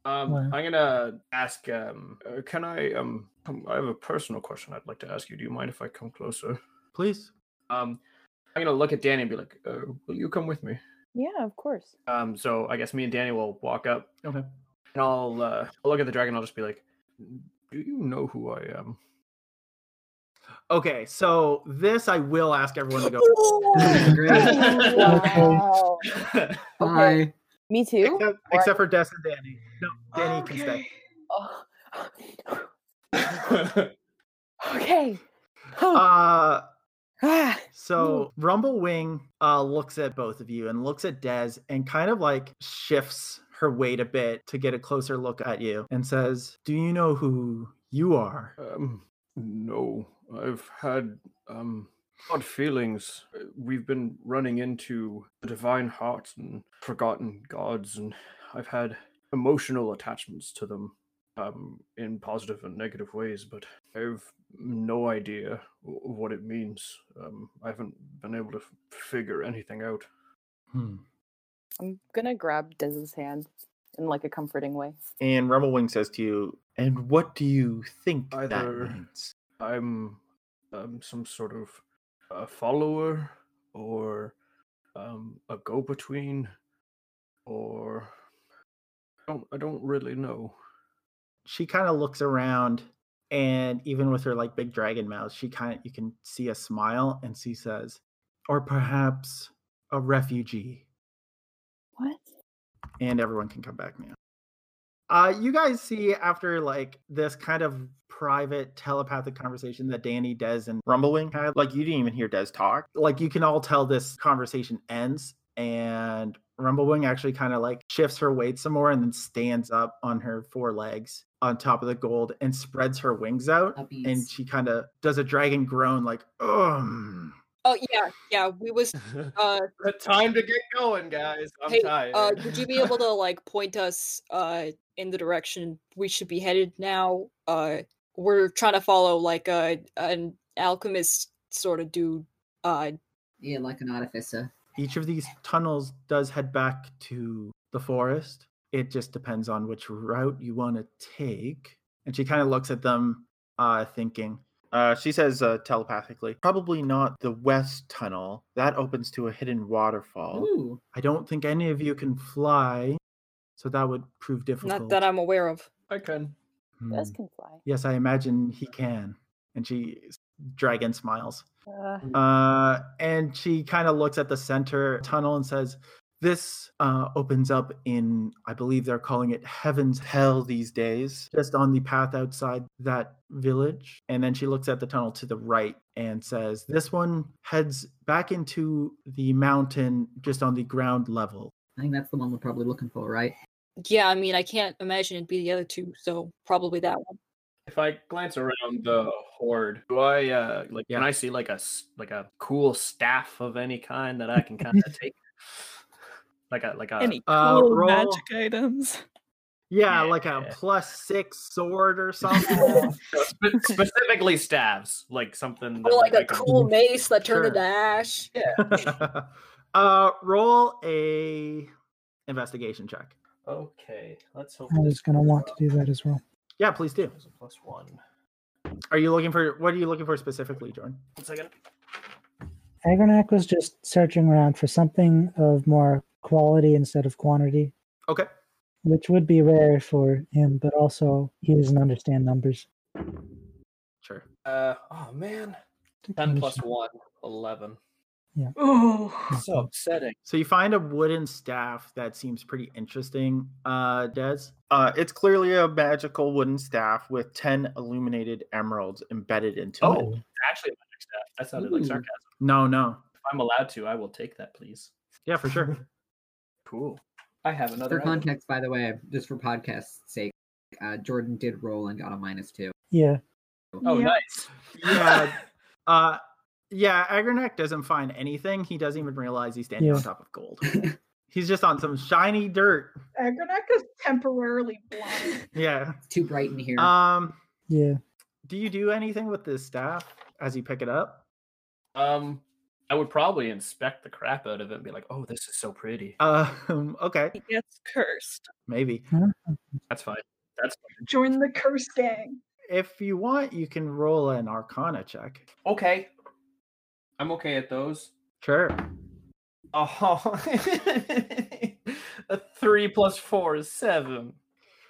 [SPEAKER 7] Um,
[SPEAKER 4] Wow.
[SPEAKER 7] I'm gonna ask. Um, uh, can I? Um, um, I have a personal question I'd like to ask you. Do you mind if I come closer?
[SPEAKER 1] Please.
[SPEAKER 7] Um, I'm gonna look at Danny and be like, uh, "Will you come with me?"
[SPEAKER 9] Yeah, of course.
[SPEAKER 7] Um, so I guess me and Danny will walk up,
[SPEAKER 1] Okay.
[SPEAKER 7] and I'll, uh, I'll look at the dragon. I'll just be like, "Do you know who I am?"
[SPEAKER 1] Okay, so this I will ask everyone to go.
[SPEAKER 5] [laughs] Great. [laughs]
[SPEAKER 1] [laughs]
[SPEAKER 9] Wow.
[SPEAKER 5] Bye.
[SPEAKER 9] Me too.
[SPEAKER 1] Except, except for Des and Danny. No, Danny can stay.
[SPEAKER 8] Okay.
[SPEAKER 9] Oh. okay. Oh.
[SPEAKER 1] Uh,
[SPEAKER 9] Ah.
[SPEAKER 1] so Rumblewing uh, looks at both of you and looks at Des and kind of like shifts her weight a bit to get a closer look at you and says, "Do you know who you are?"
[SPEAKER 7] Um, no, I've had um odd feelings. Uh, We've been running into the divine hearts and forgotten gods, and I've had emotional attachments to them, um, in positive and negative ways. But I've no idea w- what it means. Um, I haven't been able to f- figure anything out.
[SPEAKER 1] Hmm.
[SPEAKER 9] I'm gonna grab Dez's hand in like a comforting way.
[SPEAKER 1] And Rumblewing says to you, "And what do you think that
[SPEAKER 7] Either-
[SPEAKER 1] means?"
[SPEAKER 7] I'm um, some sort of a follower or um, a go-between or I don't, I don't really know.
[SPEAKER 1] she kind of looks around and even with her like big dragon mouth she kind of you can see a smile and she says or perhaps a refugee
[SPEAKER 9] What?
[SPEAKER 1] and everyone can come back now uh you guys see after like this kind of private telepathic conversation that danny des and rumblewing had like you didn't even hear des talk like you can all tell this conversation ends and Rumblewing actually kind of like shifts her weight some more and then stands up on her four legs on top of the gold and spreads her wings out.
[SPEAKER 5] Puppies.
[SPEAKER 1] And she kind of does a dragon groan, like, um.
[SPEAKER 3] Oh yeah, yeah. We was uh
[SPEAKER 2] time to get going, guys. I'm
[SPEAKER 3] hey,
[SPEAKER 2] tired. [laughs]
[SPEAKER 3] uh, would you be able to like point us uh in the direction we should be headed now? Uh, we're trying to follow like a an alchemist sort of dude. Uh,
[SPEAKER 5] Yeah, like an artificer.
[SPEAKER 1] Each of these tunnels does head back to the forest. It just depends on which route you want to take. And she kind of looks at them, uh, thinking, Uh, she says uh, telepathically, probably not the west tunnel. That opens to a hidden waterfall.
[SPEAKER 5] Ooh.
[SPEAKER 1] I don't think any of you can fly, so that would prove difficult.
[SPEAKER 3] Not that I'm aware of.
[SPEAKER 7] I can.
[SPEAKER 9] This
[SPEAKER 1] Hmm.
[SPEAKER 9] can fly.
[SPEAKER 1] Yes, I imagine he can. And she, Dragon smiles.
[SPEAKER 9] Uh,
[SPEAKER 1] Uh, and she kind of looks at the center tunnel and says, This uh, opens up in, I believe they're calling it Heaven's Hell these days, just on the path outside that village. And then she looks at the tunnel to the right and says, This one heads back into the mountain just on the ground level.
[SPEAKER 5] I think that's the one we're probably looking for, right?
[SPEAKER 3] Yeah, I mean, I can't imagine it'd be the other two, so probably that one.
[SPEAKER 7] If I glance around the horde, do I uh like can I see like a s- like a cool staff of any kind that I
[SPEAKER 1] [laughs]
[SPEAKER 7] can kind of take? Like a like a
[SPEAKER 6] Any
[SPEAKER 1] Uh,
[SPEAKER 6] cool
[SPEAKER 1] roll-
[SPEAKER 6] magic items?
[SPEAKER 1] Yeah, like a plus six sword
[SPEAKER 7] [laughs]
[SPEAKER 1] or something.
[SPEAKER 7] spe- specifically staves, like something that,
[SPEAKER 3] Or like a
[SPEAKER 7] I
[SPEAKER 2] [laughs]
[SPEAKER 7] can-
[SPEAKER 3] cool
[SPEAKER 7] [laughs]
[SPEAKER 3] mace that turned
[SPEAKER 1] Sure.
[SPEAKER 3] into ash. [laughs]
[SPEAKER 1] uh, roll a investigation check.
[SPEAKER 7] Okay, let's hope.
[SPEAKER 4] I
[SPEAKER 7] this
[SPEAKER 4] was going to
[SPEAKER 7] comes
[SPEAKER 4] want to
[SPEAKER 7] up
[SPEAKER 4] do that as well.
[SPEAKER 1] Yeah, please do.
[SPEAKER 7] as a plus one.
[SPEAKER 1] Are you looking for what are you looking for specifically, Jordan?
[SPEAKER 7] One second.
[SPEAKER 4] Agronac was just searching around for something of more quality instead of quantity,
[SPEAKER 1] Okay.
[SPEAKER 4] which would be rare for him, but also he doesn't understand numbers.
[SPEAKER 1] Sure.
[SPEAKER 7] Uh oh man. Ten plus one. Eleven.
[SPEAKER 8] Oh,
[SPEAKER 7] So upsetting.
[SPEAKER 1] So you find a wooden staff that seems pretty interesting, uh, Des. Uh, it's clearly a magical wooden staff with 10 illuminated emeralds embedded into
[SPEAKER 7] Oh,
[SPEAKER 1] it.
[SPEAKER 7] it's actually a magic staff. That sounded like
[SPEAKER 5] Ooh.
[SPEAKER 7] sarcasm.
[SPEAKER 1] No, no.
[SPEAKER 7] If I'm allowed to, I will take that, please.
[SPEAKER 1] Yeah, for sure.
[SPEAKER 7] Cool. I have another
[SPEAKER 5] for
[SPEAKER 7] item.
[SPEAKER 5] context, by the way, just for podcast's sake, uh, Jordan did roll and got a minus two.
[SPEAKER 4] Yeah.
[SPEAKER 7] Oh,
[SPEAKER 8] Yeah.
[SPEAKER 7] nice.
[SPEAKER 1] yeah.
[SPEAKER 7] [laughs]
[SPEAKER 1] Uh, yeah, Agronek doesn't find anything. He doesn't even realize he's standing on
[SPEAKER 4] Yeah.
[SPEAKER 1] top of gold. he's just on some shiny dirt.
[SPEAKER 8] Agronek is temporarily blind.
[SPEAKER 1] Yeah.
[SPEAKER 5] It's too bright in here.
[SPEAKER 1] Um,
[SPEAKER 4] Yeah.
[SPEAKER 1] do you do anything with this staff as you pick it up? [laughs]
[SPEAKER 7] Um, I would probably inspect the crap out of it and be like, "Oh, this is so pretty."
[SPEAKER 1] Um, okay,
[SPEAKER 6] He gets cursed.
[SPEAKER 1] maybe.
[SPEAKER 7] That's fine. That's fine.
[SPEAKER 8] Join the curse gang.
[SPEAKER 1] If you want, you can roll an arcana check.
[SPEAKER 7] okay. I'm okay at those.
[SPEAKER 1] Sure.
[SPEAKER 7] Oh, [laughs] a three plus four is seven.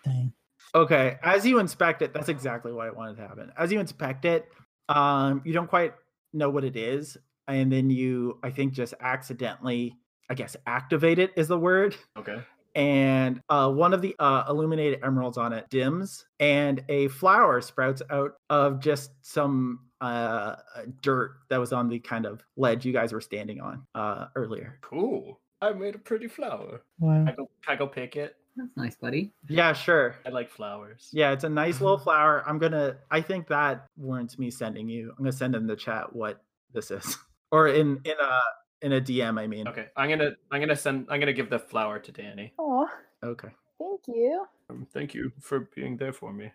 [SPEAKER 4] Dang.
[SPEAKER 1] Okay, as you inspect it, that's exactly what I wanted to happen. As you inspect it, um, you don't quite know what it is, and then you, I think, just accidentally, I guess, activate it is the word.
[SPEAKER 7] Okay.
[SPEAKER 1] And uh, one of the uh, illuminated emeralds on it dims, and a flower sprouts out of just some uh, dirt that was on the kind of ledge you guys were standing on uh, earlier.
[SPEAKER 7] Cool. I made a pretty flower.
[SPEAKER 4] Wow.
[SPEAKER 7] I go. I go pick it.
[SPEAKER 5] That's nice, buddy.
[SPEAKER 1] Yeah, sure.
[SPEAKER 7] I like flowers.
[SPEAKER 1] Yeah, it's a nice
[SPEAKER 7] Mm-hmm.
[SPEAKER 1] little flower. I'm gonna. I think that warrants me sending you. I'm gonna send in the chat what this is, [laughs] or in in a in a DM. I mean.
[SPEAKER 7] Okay. I'm gonna. I'm gonna send. I'm gonna give the flower to Danny.
[SPEAKER 9] Aw,
[SPEAKER 1] Okay.
[SPEAKER 9] thank you.
[SPEAKER 7] Um, thank you for being there for me.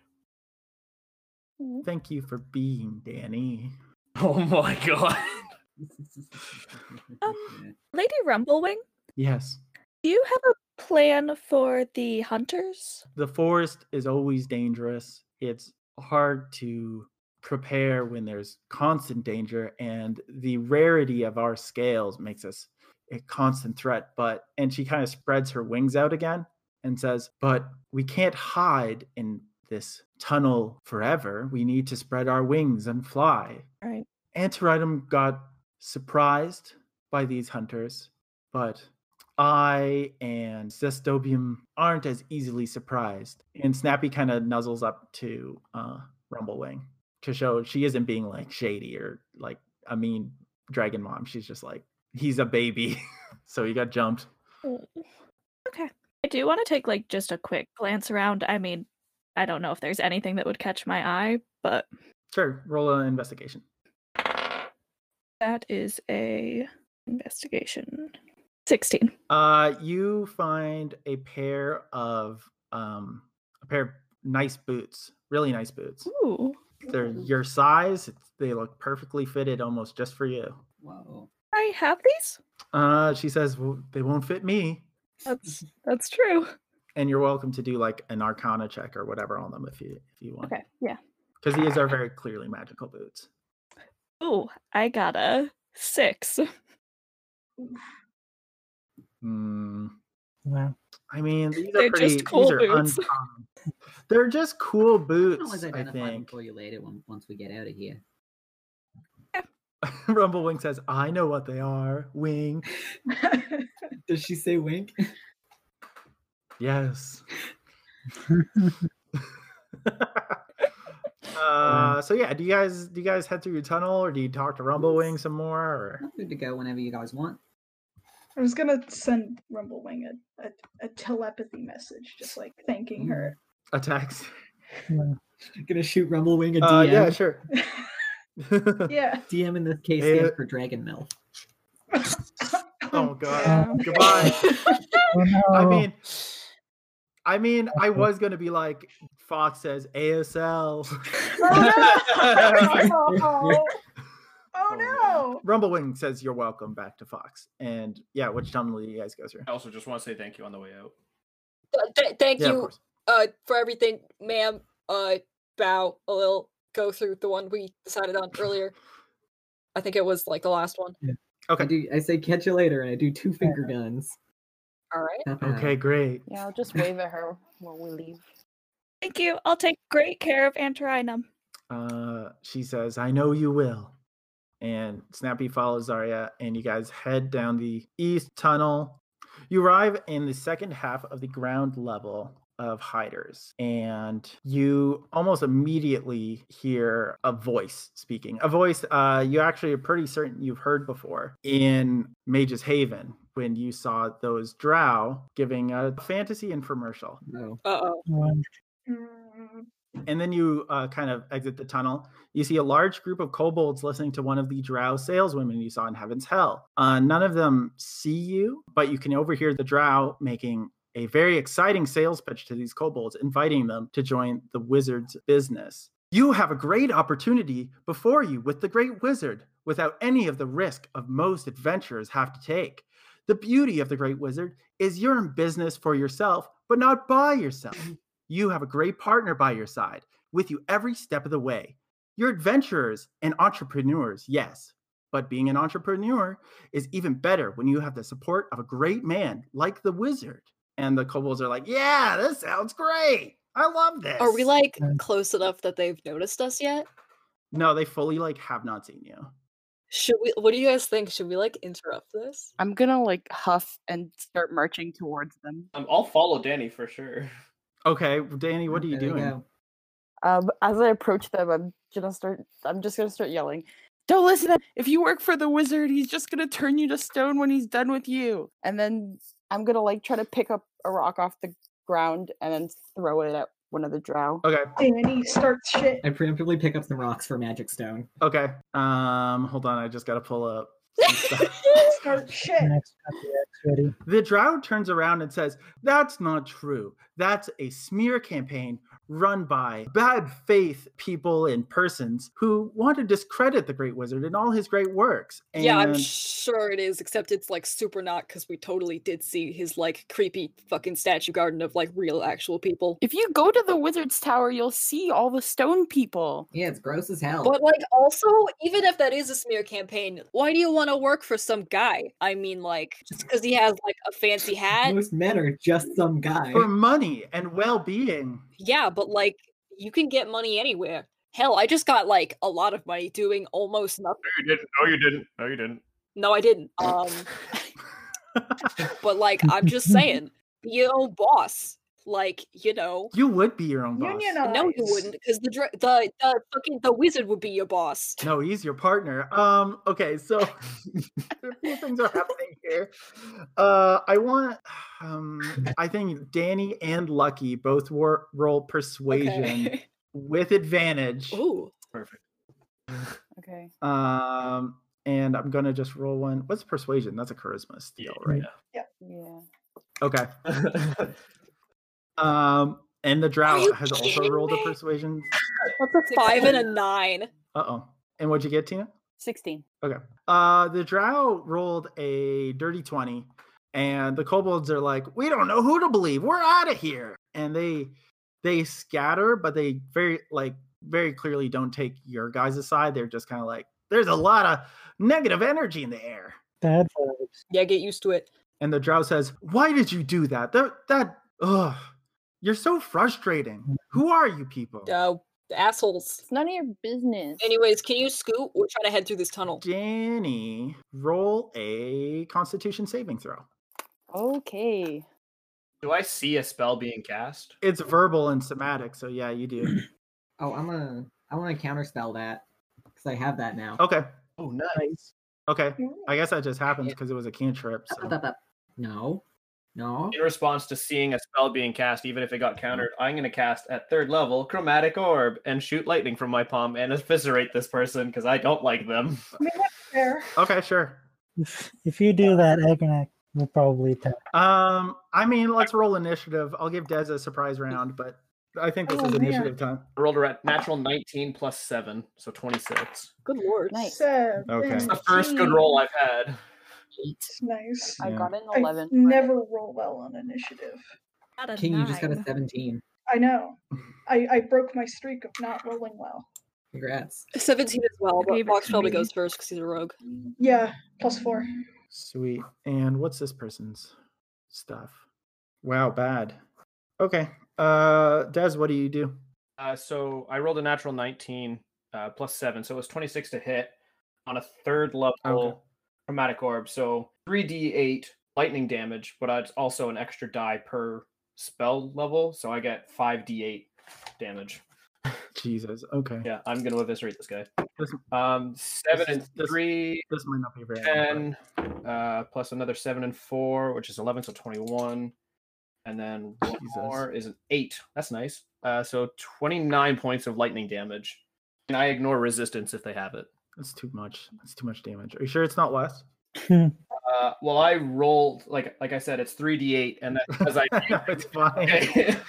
[SPEAKER 1] Thank you for being Danny.
[SPEAKER 7] [laughs] Oh my god.
[SPEAKER 6] Lady Rumblewing,
[SPEAKER 1] Yes,
[SPEAKER 6] do you have a plan for the hunters?
[SPEAKER 1] the forest is always dangerous. It's hard to prepare when there's constant danger, and the rarity of our scales makes us a constant threat. But and she kind of spreads her wings out again. and says, But we can't hide in this tunnel forever. We need to spread our wings and fly.
[SPEAKER 6] Right.
[SPEAKER 1] Anteritum got surprised by these hunters, but I and Zestobium aren't as easily surprised. And Snappy kind of nuzzles up to uh, Rumblewing to show she isn't being like shady or like a mean dragon mom. She's just like, he's a baby. [laughs] so he got jumped.
[SPEAKER 6] Okay. I do want to take like just a quick glance around. I mean, I don't know if there's anything that would catch my eye, but
[SPEAKER 1] Sure, roll an investigation.
[SPEAKER 6] that is a investigation. 16.
[SPEAKER 1] Uh, you find a pair of um, a pair of nice boots, really nice boots.
[SPEAKER 6] Ooh.
[SPEAKER 1] They're your size. It's, they look perfectly fitted, almost just for you.
[SPEAKER 5] Whoa.
[SPEAKER 6] I have these?
[SPEAKER 1] Uh, she says well, they won't fit me,
[SPEAKER 6] That's that's true.
[SPEAKER 1] and you're welcome to do like an Arcana check or whatever on them if you if you want.
[SPEAKER 6] Okay. Yeah.
[SPEAKER 1] because these are very clearly magical boots.
[SPEAKER 6] Ooh, I got a six.
[SPEAKER 1] Hmm.
[SPEAKER 4] Wow.
[SPEAKER 1] I mean, these
[SPEAKER 6] They're
[SPEAKER 1] are pretty.
[SPEAKER 6] just cool
[SPEAKER 1] these are
[SPEAKER 6] boots.
[SPEAKER 1] uncommon. They're just cool
[SPEAKER 5] I'll always
[SPEAKER 1] boots. I
[SPEAKER 5] identify them
[SPEAKER 1] think. [laughs]
[SPEAKER 5] for you later when, once we get out of here.
[SPEAKER 1] Rumblewing says, "I know what they are." Wing.
[SPEAKER 5] Does she say wink?
[SPEAKER 4] [laughs]
[SPEAKER 1] Yes. Uh, so yeah, do you guys do you guys head through your tunnel, or do you talk to Rumblewing some more? Or?
[SPEAKER 5] I'm good to go whenever you guys want.
[SPEAKER 8] I was gonna send Rumblewing a, a, a telepathy message, just like thanking her.
[SPEAKER 1] A text.
[SPEAKER 5] Gonna shoot Rumblewing a DM.
[SPEAKER 1] Uh, yeah, sure.
[SPEAKER 5] [laughs]
[SPEAKER 8] [laughs]
[SPEAKER 5] Mm.
[SPEAKER 8] yeah.
[SPEAKER 5] DM in this case
[SPEAKER 1] Hey,
[SPEAKER 5] stands
[SPEAKER 1] uh,
[SPEAKER 5] for Dragon Mill.
[SPEAKER 1] [laughs] Oh god. Goodbye. I mean, I mean, I was gonna be like Fox says [laughs] ASL.
[SPEAKER 8] oh
[SPEAKER 7] Um,
[SPEAKER 8] no!
[SPEAKER 1] Rumblewing says you're welcome back to Fox, and yeah, which tunnel do you guys go through?
[SPEAKER 7] I also just want to say thank you on the way out.
[SPEAKER 3] Th- th- thank
[SPEAKER 1] Yeah, of
[SPEAKER 3] you
[SPEAKER 1] course.
[SPEAKER 3] uh, for everything, ma'am. Uh, bow a little, go through the one we decided on earlier. I think it was like the last one.
[SPEAKER 5] I
[SPEAKER 1] Okay.
[SPEAKER 5] do. I say catch you later, and I do two finger guns.
[SPEAKER 3] All right.
[SPEAKER 1] Okay, great.
[SPEAKER 9] Yeah, I'll just wave at her when we leave.
[SPEAKER 6] Thank you. I'll take great care of Antarinum.
[SPEAKER 1] Uh, she says, "I know you will." And Snappy follows Zarya, and you guys head down the east tunnel. You arrive in the second half of the ground level of Hiders, and you almost immediately hear a voice speaking. A voice uh, you actually are pretty certain you've heard before in Mage's Haven when you saw those Drow giving a fantasy infomercial.
[SPEAKER 5] No.
[SPEAKER 3] Uh oh.
[SPEAKER 4] Wow.
[SPEAKER 8] Mm, [laughs]
[SPEAKER 1] and then you uh, kind of exit the tunnel. You see a large group of kobolds listening to one of the drow saleswomen you saw in Heaven's Hell. Uh, none of them see you, but you can overhear the drow making a very exciting sales pitch to these kobolds, inviting them to join the wizard's business. You have a great opportunity before you with the great wizard without any of the risk of most adventurers have to take. The beauty of the great wizard is you're in business for yourself, but not by yourself. You have a great partner by your side, with you every step of the way. You're adventurers and entrepreneurs, yes, but being an entrepreneur is even better when you have the support of a great man like the wizard. And the kobolds are like, yeah, this sounds great. I love this.
[SPEAKER 3] Are we like
[SPEAKER 4] Nice.
[SPEAKER 3] close enough that they've noticed us yet?
[SPEAKER 1] No, they fully like have not seen you.
[SPEAKER 3] Should we? What do you guys think? Should we like interrupt this?
[SPEAKER 10] I'm gonna like huff and start marching towards them.
[SPEAKER 2] Um, I'll follow Danny for sure.
[SPEAKER 1] Okay, Danny, what are you
[SPEAKER 5] There we
[SPEAKER 1] doing?
[SPEAKER 5] go.
[SPEAKER 9] Um, as I approach them, I'm gonna start. I'm just gonna start yelling.
[SPEAKER 10] Don't listen to him. If you work for the wizard, he's just gonna turn you to stone when he's done with you.
[SPEAKER 9] and then I'm gonna like try to pick up a rock off the ground and then throw it at one of the drow.
[SPEAKER 1] Okay,
[SPEAKER 8] Danny starts shit.
[SPEAKER 5] I preemptively pick up some rocks for magic stone.
[SPEAKER 1] okay.
[SPEAKER 5] Uh,
[SPEAKER 1] Um, hold on, I just gotta pull up.
[SPEAKER 8] Start shit.
[SPEAKER 4] Next up, the X ready.
[SPEAKER 1] The drow turns around and says, That's not true. That's a smear campaign run by bad faith people and persons who want to discredit the great wizard and all his great works. And
[SPEAKER 3] Yeah, I'm sure it is. Except it's like super not because we totally did see his like creepy fucking statue garden of like real actual people.
[SPEAKER 10] If you go to the wizard's tower, you'll see all the stone people.
[SPEAKER 5] Yeah, it's gross as hell.
[SPEAKER 3] But like also, Oh, even if that is a smear campaign, why do you want to work for some guy? I mean, like just because he has like a fancy hat.
[SPEAKER 5] Most men are just some guy.
[SPEAKER 1] for money and well being.
[SPEAKER 3] Yeah, but like you can get money anywhere. Hell, I just got like a lot of money doing almost nothing.
[SPEAKER 7] No, you didn't. No, you didn't. No, you didn't.
[SPEAKER 3] No, I didn't. Um [laughs] but like
[SPEAKER 1] [laughs]
[SPEAKER 3] I'm just saying, be your own boss. Like, you know,
[SPEAKER 1] You would be your own boss.
[SPEAKER 8] Unionize.
[SPEAKER 3] no you wouldn't because the, dra- the the fucking the wizard would be your boss.
[SPEAKER 1] No, he's your partner. Um, okay, so a few things are happening here. Uh, I want,
[SPEAKER 3] [laughs]
[SPEAKER 1] um, I think Danny and Lucky both were roll persuasion
[SPEAKER 3] Okay. [laughs]
[SPEAKER 1] with advantage.
[SPEAKER 3] Ooh.
[SPEAKER 7] Perfect.
[SPEAKER 9] Okay.
[SPEAKER 1] Um, and I'm gonna just roll one. What's persuasion? That's a charisma steal, right?
[SPEAKER 9] Yeah.
[SPEAKER 1] Okay.
[SPEAKER 3] [laughs]
[SPEAKER 7] Yeah.
[SPEAKER 1] Um, and the drow
[SPEAKER 3] you
[SPEAKER 1] has also
[SPEAKER 3] kidding
[SPEAKER 1] rolled a
[SPEAKER 3] me?
[SPEAKER 1] persuasion.
[SPEAKER 9] That's a
[SPEAKER 3] Five and a nine.
[SPEAKER 1] Uh oh. And what'd you get, Tina?
[SPEAKER 9] sixteen.
[SPEAKER 1] Uh, the drow rolled a dirty 20, and the kobolds are like, We don't know who to believe. We're out of here. And they they scatter, but they very like very clearly don't take your guys' side. They're just kind of like, there's a lot of negative energy in the air.
[SPEAKER 4] Bad vibes.
[SPEAKER 3] Yeah, get used to it.
[SPEAKER 1] And the drow says, Why did you do that? That, that, ugh, you're so
[SPEAKER 3] Mm-hmm.
[SPEAKER 1] frustrating. Who are you people?
[SPEAKER 3] Uh, assholes.
[SPEAKER 9] It's none of your business.
[SPEAKER 3] Anyways, can you scoot? We're trying to head through this tunnel.
[SPEAKER 1] Danny, roll a constitution saving throw.
[SPEAKER 9] Okay.
[SPEAKER 2] Do I see a spell being cast?
[SPEAKER 1] It's verbal and somatic, so yeah, you do.
[SPEAKER 5] [clears throat] Oh, I'm gonna. I want to counterspell that because I have that now.
[SPEAKER 1] Okay.
[SPEAKER 2] Oh, nice.
[SPEAKER 1] Okay. I guess that just happens because it was a cantrip. So.
[SPEAKER 5] No. No.
[SPEAKER 2] In response to seeing a spell being cast, even if it got countered, I'm going to cast at third level Chromatic Orb and shoot lightning from my palm and eviscerate this person because I don't like them.
[SPEAKER 8] Fair.
[SPEAKER 1] Okay, sure.
[SPEAKER 4] If, if you do that, Aganac will probably attack.
[SPEAKER 1] Um, I mean, let's roll initiative. I'll give Dez a surprise round, but I think this
[SPEAKER 8] Oh,
[SPEAKER 1] is
[SPEAKER 8] man.
[SPEAKER 1] initiative time.
[SPEAKER 2] I rolled a rat- natural 19 plus 7, so 26.
[SPEAKER 3] Good lord.
[SPEAKER 9] Nice.
[SPEAKER 8] Seven.
[SPEAKER 1] Okay.
[SPEAKER 2] It's the first good roll I've had.
[SPEAKER 8] Nice.
[SPEAKER 9] I
[SPEAKER 1] Yeah.
[SPEAKER 9] got an
[SPEAKER 8] I
[SPEAKER 9] 11.
[SPEAKER 8] never roll well on initiative.
[SPEAKER 6] Got a
[SPEAKER 5] King, you just got a
[SPEAKER 6] nine.
[SPEAKER 5] 17.
[SPEAKER 8] I
[SPEAKER 5] [laughs]
[SPEAKER 8] know. I, I broke my streak of not rolling well.
[SPEAKER 5] Congrats.
[SPEAKER 3] 17 as well, but
[SPEAKER 6] Give it
[SPEAKER 3] Fox
[SPEAKER 6] to
[SPEAKER 3] probably
[SPEAKER 6] me.
[SPEAKER 3] goes first because he's a rogue.
[SPEAKER 8] Yeah, plus four.
[SPEAKER 1] Sweet. And what's this person's stuff? Wow, bad. Okay. Uh Des, what do you do?
[SPEAKER 2] Uh, so I rolled a natural 19 uh, plus 7, so it was 26 to hit on a third level
[SPEAKER 1] Okay.
[SPEAKER 2] Chromatic Orb. So 3d8 lightning damage, but it's also an extra die per spell level, so I get 5d8 damage.
[SPEAKER 1] Jesus. Okay.
[SPEAKER 2] Yeah, I'm going to eviscerate this guy.
[SPEAKER 1] This,
[SPEAKER 2] Um, seven
[SPEAKER 1] This
[SPEAKER 2] and
[SPEAKER 1] is- this-
[SPEAKER 2] three,
[SPEAKER 1] this might not be very accurate.
[SPEAKER 2] ten, uh, plus another seven and four, which is eleven, so twenty-one, and then one
[SPEAKER 1] Jesus.
[SPEAKER 2] more is an eight. That's nice. Uh, so twenty-nine points of lightning damage, and I ignore resistance if they have it.
[SPEAKER 1] That's too much. That's too much damage. Are you sure it's not less?
[SPEAKER 2] Uh, well, I rolled like like I said, it's three d eight, and that because I
[SPEAKER 1] no, [laughs] it's fine.
[SPEAKER 2] [laughs] Okay. [laughs]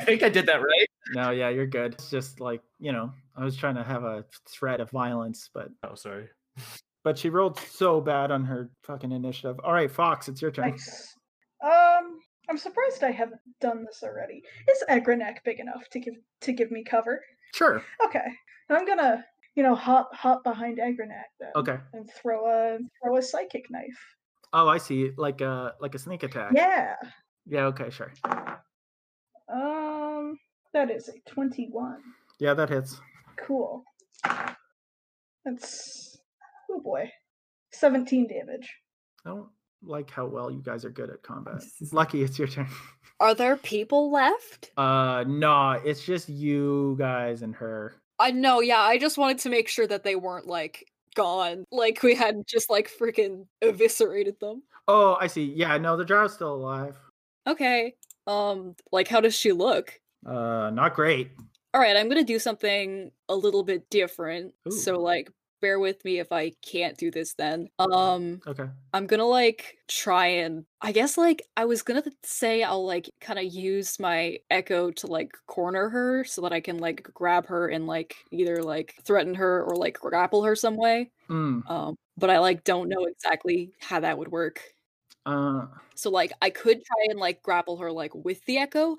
[SPEAKER 2] I think I did that right.
[SPEAKER 1] No, yeah, you're good. It's just like, you know, I was trying to have a threat of violence, but
[SPEAKER 2] Oh, sorry.
[SPEAKER 1] but she rolled so bad on her fucking initiative. All right, Fox, it's your turn.
[SPEAKER 8] Nice. Um, I'm surprised I haven't done this already. Is Egrenek big enough to give to give me cover?
[SPEAKER 1] Sure.
[SPEAKER 8] Okay, I'm gonna you know hop hop behind Egrenek then,
[SPEAKER 1] Okay.
[SPEAKER 8] and throw a throw a psychic knife.
[SPEAKER 1] Oh, I see. Like a like a sneak attack.
[SPEAKER 8] Yeah.
[SPEAKER 1] Yeah, okay, sure.
[SPEAKER 8] Um, that is a twenty-one.
[SPEAKER 1] Yeah, that hits.
[SPEAKER 8] Cool. That's oh boy, seventeen damage.
[SPEAKER 1] I don't like how well you guys are good at combat. Lucky, it's your turn.
[SPEAKER 3] Are there people left?
[SPEAKER 1] Uh, nah, it's just you guys and her.
[SPEAKER 3] I know, yeah. I just wanted to make sure that they weren't like gone. Like we had just like freaking eviscerated them.
[SPEAKER 1] Oh, I see. Yeah, no, the drow's still alive.
[SPEAKER 3] Okay. Um, like how does she look?
[SPEAKER 1] Uh, not great.
[SPEAKER 3] All right, I'm gonna do something a little bit different.
[SPEAKER 1] Ooh.
[SPEAKER 3] So like bear with me if I can't do this then. Um
[SPEAKER 1] Okay.
[SPEAKER 3] I'm gonna like try and I guess like I was gonna th- say I'll like kind of use my echo to like corner her so that I can like grab her and like either like threaten her or like grapple her some way.
[SPEAKER 1] Mm,
[SPEAKER 3] Um, but I like don't know exactly how that would work.
[SPEAKER 1] uh,
[SPEAKER 3] So like I could try and like grapple her like with the echo.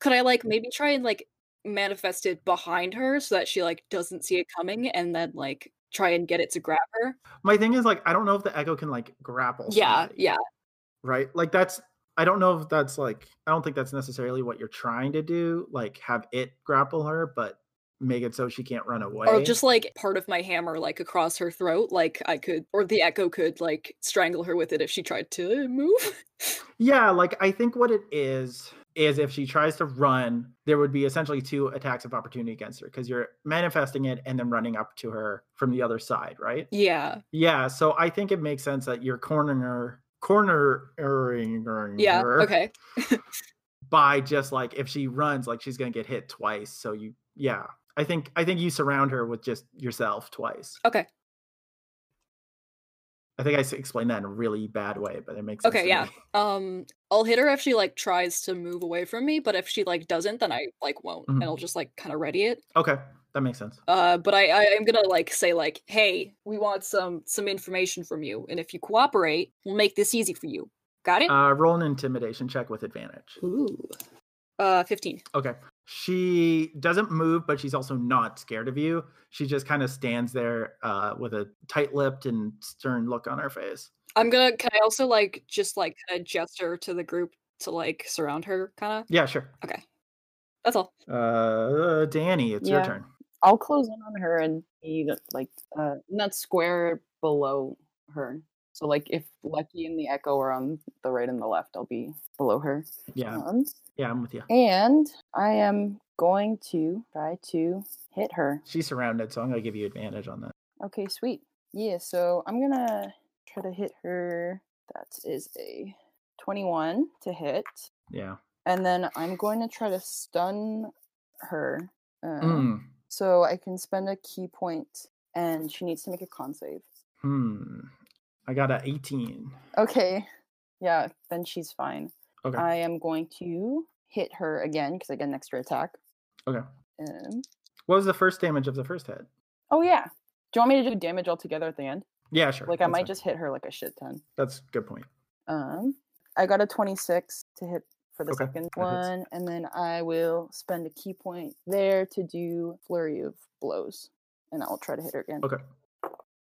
[SPEAKER 3] Could I like maybe try and like manifest it behind her so that she like doesn't see it coming and then like try and get it to grab her?
[SPEAKER 1] my thing is like, I don't know if the echo can like grapple.
[SPEAKER 3] Yeah,
[SPEAKER 1] somebody,
[SPEAKER 3] yeah.
[SPEAKER 1] Right. Like that's. I don't know if that's like. I don't think that's necessarily what you're trying to do. Like have it grapple her, but make it so she can't run away.
[SPEAKER 3] Or just like part of my hammer like across her throat, like I could or the echo could like strangle her with it if she tried to move. [laughs]
[SPEAKER 1] Yeah, like I think what it is is if she tries to run, there would be essentially two attacks of opportunity against her because you're manifesting it and then running up to her from the other side, right?
[SPEAKER 3] yeah.
[SPEAKER 1] Yeah, so I think it makes sense that you're cornering her, cornering her
[SPEAKER 3] Yeah. Okay. [laughs]
[SPEAKER 1] by just like if she runs, like she's gonna get hit twice. So you, yeah, I think I think you surround her with just yourself twice.
[SPEAKER 3] Okay.
[SPEAKER 1] I think I s- explained that in a really bad way, but it makes sense.
[SPEAKER 3] Okay,
[SPEAKER 1] to
[SPEAKER 3] yeah.
[SPEAKER 1] me.
[SPEAKER 3] Um I'll hit her if she like tries to move away from me, but if she like doesn't, then I like won't
[SPEAKER 1] Mhm.
[SPEAKER 3] and I'll just like kinda ready it.
[SPEAKER 1] Okay, that makes sense.
[SPEAKER 3] uh but i i am gonna like say like hey we want some some information from you and if you cooperate we'll make this easy for you got it
[SPEAKER 1] Uh, roll an intimidation check with advantage.
[SPEAKER 3] Ooh. uh 15
[SPEAKER 1] Okay. She doesn't move, but she's also not scared of you. She just kind of stands there uh, with a tight lipped and stern look on her face.
[SPEAKER 3] I'm gonna. Can I also like just like kind of gesture to the group to like surround her, kind of?
[SPEAKER 1] Yeah, sure.
[SPEAKER 3] Okay, that's all.
[SPEAKER 1] Uh, Danny, it's your
[SPEAKER 9] Yeah.
[SPEAKER 1] turn.
[SPEAKER 9] I'll close in on her and be like uh, not square below her. So like if Lucky and the Echo are on the right and the left, I'll be below her.
[SPEAKER 1] Yeah.
[SPEAKER 9] Um,
[SPEAKER 1] Yeah, I'm with you.
[SPEAKER 9] and I am going to try to hit her.
[SPEAKER 1] She's surrounded, so I'm going to give you advantage on that.
[SPEAKER 9] Okay, sweet. Yeah, so I'm gonna try to hit her. That is a 21 to hit,
[SPEAKER 1] Yeah.
[SPEAKER 9] and then I'm going to try to stun her. Uh,
[SPEAKER 1] Mm.
[SPEAKER 9] So I can spend a key point, and she needs to make a con save.
[SPEAKER 1] Hmm. I got a 18.
[SPEAKER 9] Okay, yeah, then she's fine.
[SPEAKER 1] Okay.
[SPEAKER 9] I am going to hit her again because I get an extra attack.
[SPEAKER 1] Okay.
[SPEAKER 9] Um,
[SPEAKER 1] What was the first damage of the first hit?
[SPEAKER 9] oh yeah, do you want me to do damage altogether at the end?
[SPEAKER 1] Yeah, sure.
[SPEAKER 9] Like I
[SPEAKER 1] that's
[SPEAKER 9] might
[SPEAKER 1] fine.
[SPEAKER 9] just hit her like a shit ton.
[SPEAKER 1] That's a good point.
[SPEAKER 9] Um, I got a 26 to hit for the
[SPEAKER 1] Okay,
[SPEAKER 9] second
[SPEAKER 1] that hits.
[SPEAKER 9] one, and then I will spend a key point there to do flurry of blows, and I'll try to hit her again.
[SPEAKER 1] Okay.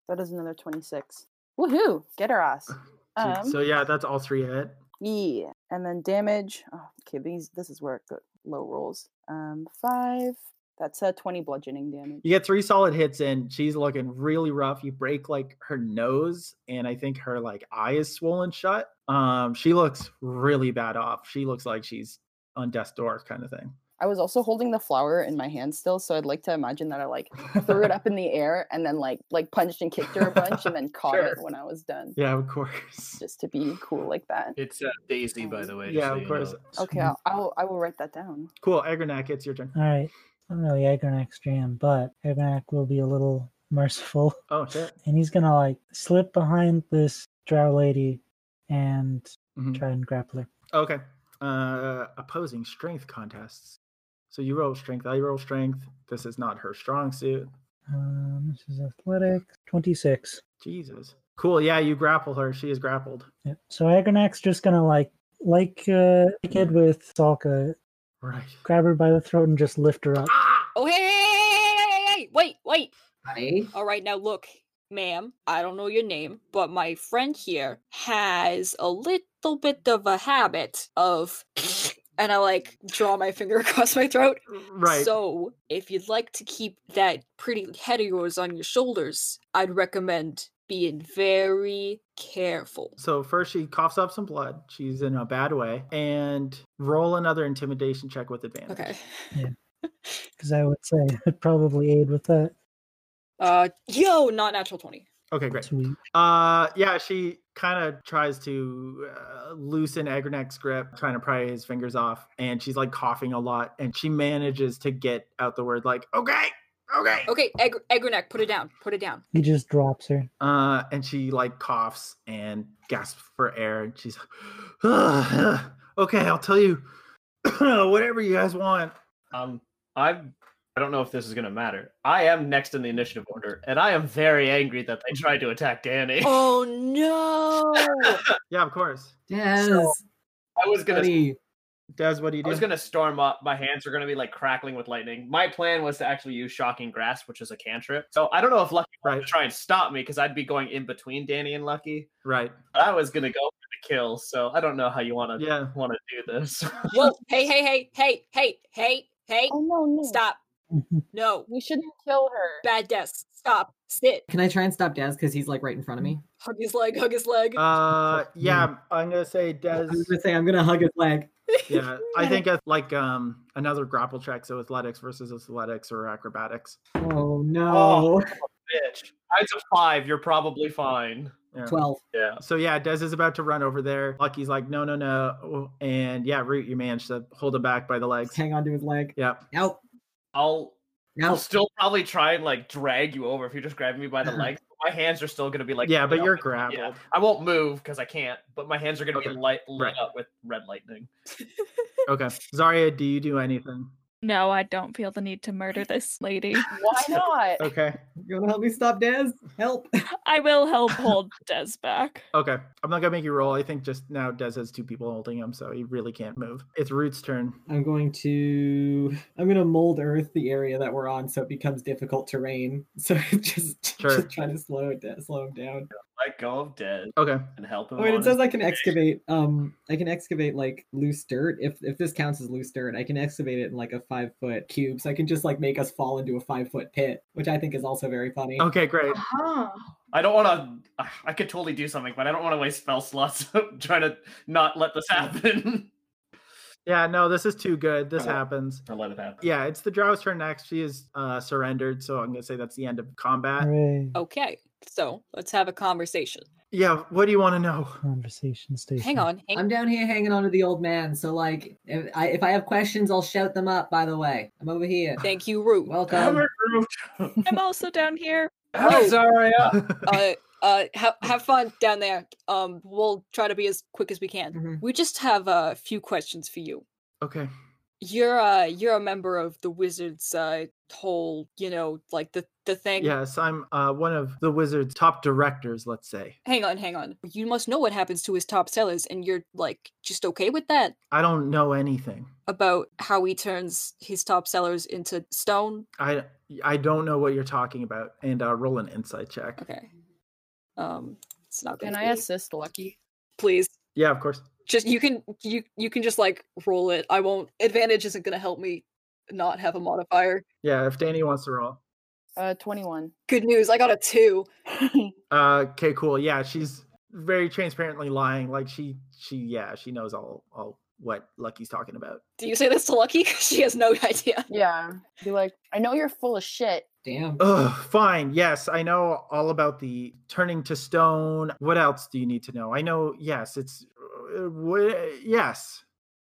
[SPEAKER 9] That is another 26. Woohoo! Get her
[SPEAKER 1] [laughs]
[SPEAKER 9] ass.
[SPEAKER 1] Sweet.
[SPEAKER 9] Um,
[SPEAKER 1] so yeah, that's all three hit.
[SPEAKER 9] yeah, and then damage. Oh, okay, these this is where it go low rolls. Um, five. That's a 20 bludgeoning damage.
[SPEAKER 1] You get three solid hits in. She's looking really rough. You break like her nose, and I think her like eye is swollen shut. Um, she looks really bad off. She looks like she's on death's door kind of thing.
[SPEAKER 9] I was also holding the flower in my hand still, so I'd like to imagine that I like threw it up in the air and then like like punched and kicked her a
[SPEAKER 1] [laughs]
[SPEAKER 9] bunch and then caught it
[SPEAKER 1] Sure.
[SPEAKER 9] when I was done.
[SPEAKER 1] Yeah, of course.
[SPEAKER 9] Just to be cool like that.
[SPEAKER 2] It's uh, Daisy, by the way. just
[SPEAKER 1] Yeah,
[SPEAKER 2] so
[SPEAKER 1] of
[SPEAKER 2] you
[SPEAKER 1] course. Mm-hmm.
[SPEAKER 2] know.
[SPEAKER 9] Okay, I'll, I'll I will write that down.
[SPEAKER 1] Cool. Agronak, it's your turn.
[SPEAKER 4] All right. I'm really Agronak's jam, but Agronak will be a little merciful.
[SPEAKER 1] Oh shit.
[SPEAKER 4] [laughs] And he's going to like slip behind this drow lady and
[SPEAKER 1] Mhm.
[SPEAKER 4] try and grapple her.
[SPEAKER 1] Okay. Uh, opposing strength contests. So you roll strength. I roll strength. This is not her strong suit.
[SPEAKER 4] Um, this is athletics. 26.
[SPEAKER 1] Jesus. Cool. Yeah, you grapple her. She is grappled.
[SPEAKER 4] Yep. So Agronak's just going to like, like uh, the kid with Salka,
[SPEAKER 1] Right.
[SPEAKER 4] grab her by the throat and just lift her up.
[SPEAKER 1] Ah!
[SPEAKER 3] Oh hey, hey, hey, hey, hey, hey, wait, wait.
[SPEAKER 5] Hi.
[SPEAKER 3] All right, now look, ma'am, I don't know your name, but my friend here has a little bit of a habit of. [laughs] And I like draw my finger [laughs] across my throat.
[SPEAKER 1] Right.
[SPEAKER 3] So, if you'd like to keep that pretty head of yours on your shoulders, I'd recommend being very careful.
[SPEAKER 1] So first she coughs up some blood. She's in a bad way. And roll another intimidation check with advantage.
[SPEAKER 3] Okay.
[SPEAKER 4] Because I would say [laughs] it probably aid with that.
[SPEAKER 3] Uh, yo, not natural 20.
[SPEAKER 1] Okay, great.
[SPEAKER 4] Sweet.
[SPEAKER 1] Uh yeah, she kind of tries to uh, loosen Agronek's grip, trying to pry his fingers off, and she's like coughing a lot and she manages to get out the word like, "Okay." Okay.
[SPEAKER 3] Okay, Egg- Egrenek, put it down. Put it
[SPEAKER 9] [laughs]
[SPEAKER 3] down.
[SPEAKER 4] He just drops her.
[SPEAKER 1] Uh and she like coughs and gasps for air and she's [sighs] like, "Okay, I'll tell you [clears throat] whatever you guys want."
[SPEAKER 2] Um, I'm. I don't know if this is gonna matter. I am next in the initiative order, and I am very angry that they tried to
[SPEAKER 1] [laughs]
[SPEAKER 2] attack Danny. [laughs]
[SPEAKER 3] Oh no!
[SPEAKER 1] Yeah, of course.
[SPEAKER 5] Yes.
[SPEAKER 2] I was gonna.
[SPEAKER 5] buddy.
[SPEAKER 1] Des, what do you
[SPEAKER 2] I
[SPEAKER 1] do?
[SPEAKER 2] was gonna storm up. My hands are gonna be like crackling with lightning. My plan was to actually use shocking grasp, which is a cantrip. So I don't know if Lucky
[SPEAKER 1] Right.
[SPEAKER 2] would try and stop me because I'd be going in between Danny and Lucky.
[SPEAKER 1] Right.
[SPEAKER 2] But I was gonna go for the kill. So I don't know how you wanna
[SPEAKER 1] Yeah.
[SPEAKER 2] wanna do this. [laughs]
[SPEAKER 3] Whoa, hey, hey, hey, hey, hey, hey, hey,
[SPEAKER 9] Oh no, no.
[SPEAKER 3] stop.
[SPEAKER 11] Mm-hmm.
[SPEAKER 3] No,
[SPEAKER 9] We shouldn't kill her.
[SPEAKER 3] bad desk, stop, sit.
[SPEAKER 5] Can I try and stop Daz because he's like right in front of me?
[SPEAKER 3] Hug his leg, hug his leg.
[SPEAKER 5] Um,
[SPEAKER 1] Uh,
[SPEAKER 4] Hmm.
[SPEAKER 1] yeah, I'm gonna say
[SPEAKER 5] I
[SPEAKER 1] Des.
[SPEAKER 5] was gonna say I'm gonna hug his leg.
[SPEAKER 1] Yeah,
[SPEAKER 3] [laughs]
[SPEAKER 1] I think it's like um another grapple check, so athletics versus athletics or acrobatics.
[SPEAKER 5] Oh no.
[SPEAKER 2] Bitch. It's a five, you're probably fine.
[SPEAKER 1] Yeah.
[SPEAKER 5] Twelve.
[SPEAKER 2] Yeah.
[SPEAKER 1] So yeah, Des is about to run over there. Lucky's like, no, no, no, and yeah, Root, you managed to hold him back by the
[SPEAKER 5] Just
[SPEAKER 1] legs.
[SPEAKER 5] hang on to his leg.
[SPEAKER 1] Yep.
[SPEAKER 5] Nope.
[SPEAKER 2] I'll I'll
[SPEAKER 5] Nope.
[SPEAKER 2] still probably try and like drag you over if you're just grabbing me
[SPEAKER 1] [laughs]
[SPEAKER 2] by the legs. My hands are still gonna be like
[SPEAKER 1] yeah, but
[SPEAKER 2] up
[SPEAKER 1] you're
[SPEAKER 2] in the-
[SPEAKER 1] grappled.
[SPEAKER 2] yeah. I won't move because I can't, but my hands are gonna
[SPEAKER 1] Okay.
[SPEAKER 2] be light lit
[SPEAKER 1] Right.
[SPEAKER 2] up with red lightning.
[SPEAKER 3] [laughs]
[SPEAKER 1] Okay, Zarya, do you do anything?
[SPEAKER 6] No, I don't feel the need to murder this [laughs] lady.
[SPEAKER 9] Why
[SPEAKER 5] [laughs]
[SPEAKER 9] not?
[SPEAKER 1] Okay.
[SPEAKER 5] You want to help me stop Dez? Help.
[SPEAKER 6] I will
[SPEAKER 5] [laughs]
[SPEAKER 6] help hold Des back.
[SPEAKER 1] Okay. I'm not gonna make you roll. I think just now Des has two people holding him, so he really can't move. It's Root's turn.
[SPEAKER 11] I'm going to I'm going to mold earth the area that we're on so it becomes difficult terrain. [laughs] So just,
[SPEAKER 1] [laughs] Sure.
[SPEAKER 11] [laughs] just try to slow it down, slow him down.
[SPEAKER 2] Let go of Dez.
[SPEAKER 1] Okay.
[SPEAKER 2] And help him.
[SPEAKER 11] Oh, wait,
[SPEAKER 2] on
[SPEAKER 11] it says
[SPEAKER 2] his-
[SPEAKER 11] I can excavate um I can excavate like loose dirt. If if this counts as loose dirt, I can excavate it in like a five foot cube. So I can just like make us fall into a five foot pit, which I think is also very funny.
[SPEAKER 1] Okay, great.
[SPEAKER 8] Huh.
[SPEAKER 2] I don't want to. I could totally do something, but I don't want to waste spell slots [laughs] trying to not let this happen.
[SPEAKER 1] Yeah, no, this is too good. This happens.
[SPEAKER 2] Or let it happen.
[SPEAKER 1] Yeah, it's the Drow's turn next. She is uh, surrendered, so I'm gonna say that's the end of combat.
[SPEAKER 3] Okay, so let's have a conversation.
[SPEAKER 1] Yeah, what do you want to know?
[SPEAKER 4] Conversation station.
[SPEAKER 3] Hang on, hang
[SPEAKER 5] I'm down here hanging on to the old man. So like, if I if I have questions, I'll shout them up. By the way, I'm over here.
[SPEAKER 3] Thank you, Root.
[SPEAKER 5] Welcome.
[SPEAKER 6] I'm also down here.
[SPEAKER 3] Oh.
[SPEAKER 5] [laughs]
[SPEAKER 2] sorry.
[SPEAKER 3] uh, uh, have have fun down there. Um, we'll try to be as quick as we can. We just have a few questions for you.
[SPEAKER 1] Okay.
[SPEAKER 3] You're uh, you're a member of the wizard's uh whole, you know, like the the thing.
[SPEAKER 1] Yes, I'm uh, one of the wizard's top directors, let's say.
[SPEAKER 3] Hang on, hang on. You must know what happens to his top sellers, and you're like just okay with that
[SPEAKER 1] I don't know anything.
[SPEAKER 3] about how he turns his top sellers into stone.
[SPEAKER 1] I I don't know what you're talking about. And uh, roll an insight check.
[SPEAKER 3] Okay. Um, it's not.
[SPEAKER 9] Can
[SPEAKER 3] gonna
[SPEAKER 9] I
[SPEAKER 3] be-
[SPEAKER 9] assist Lucky?
[SPEAKER 3] Please,
[SPEAKER 1] Yeah, of course.
[SPEAKER 3] just you can you you can just like roll it. I won't. Advantage isn't gonna help me not have a modifier.
[SPEAKER 1] Yeah, if Danny wants to roll.
[SPEAKER 9] Uh, 21.
[SPEAKER 3] Good news, I got a two.
[SPEAKER 1] Uh, okay, cool. Yeah, she's very transparently lying. Like she she yeah she knows all all what Lucky's talking about.
[SPEAKER 3] Do you say this to Lucky? [laughs] 'Cause she has no idea.
[SPEAKER 9] Yeah. Be like, I know you're full of shit.
[SPEAKER 5] Damn.
[SPEAKER 1] Ugh, fine. Yes, I know all about the turning to stone. What else do you need to know? I know. Yes, it's. Uh, wh- yes,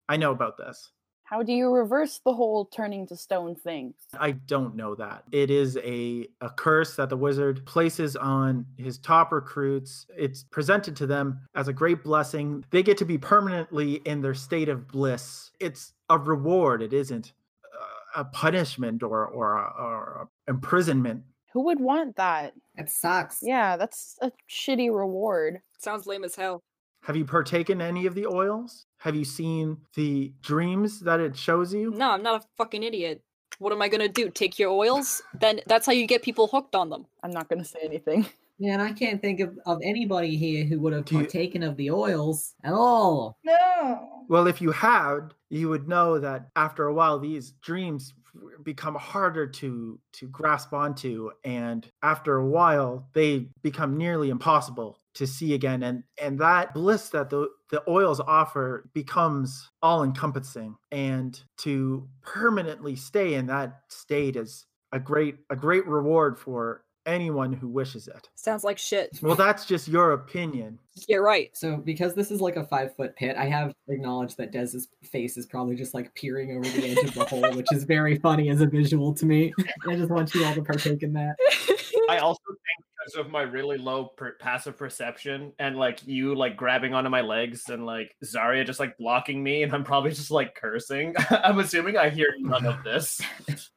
[SPEAKER 1] I know about this.
[SPEAKER 9] How do you reverse the whole turning to stone thing?
[SPEAKER 1] I don't know that. It is a, a curse that the wizard places on his top recruits. It's presented to them as a great blessing. They get to be permanently in their state of bliss. It's a reward, it isn't uh, a punishment or, or, a, or a imprisonment.
[SPEAKER 9] Who would want that?
[SPEAKER 5] That sucks.
[SPEAKER 9] Yeah, that's a shitty reward.
[SPEAKER 3] Sounds lame as hell.
[SPEAKER 1] Have you partaken any of the oils? Have you seen the dreams that it shows you?
[SPEAKER 3] No, I'm not a fucking idiot. What am I gonna do? Take your oils? Then that's how you get people hooked on them.
[SPEAKER 9] I'm not gonna say anything. [laughs]
[SPEAKER 5] Man, I can't think of, of anybody here who would have
[SPEAKER 1] Do you-
[SPEAKER 5] partaken of the oils at all.
[SPEAKER 8] No.
[SPEAKER 1] Well, if you had, you would know that after a while, these dreams w- become harder to to grasp onto, and after a while, they become nearly impossible to see again. And and that bliss that the the oils offer becomes all encompassing, and to permanently stay in that state is a great a great reward for anyone who wishes it.
[SPEAKER 3] Sounds like shit.
[SPEAKER 1] Well, that's just your opinion.
[SPEAKER 3] You're right.
[SPEAKER 11] So because this is like a five foot pit, I have acknowledged that Dez's face is probably just like peering over the edge of the hole, which is very funny as a visual to me. And I just want you all to partake in that.
[SPEAKER 1] [laughs]
[SPEAKER 2] I also think because of my really low per- passive perception and like you like grabbing onto my legs and like Zarya just like blocking me and I'm probably just like cursing. [laughs] I'm assuming I hear none of this. [laughs]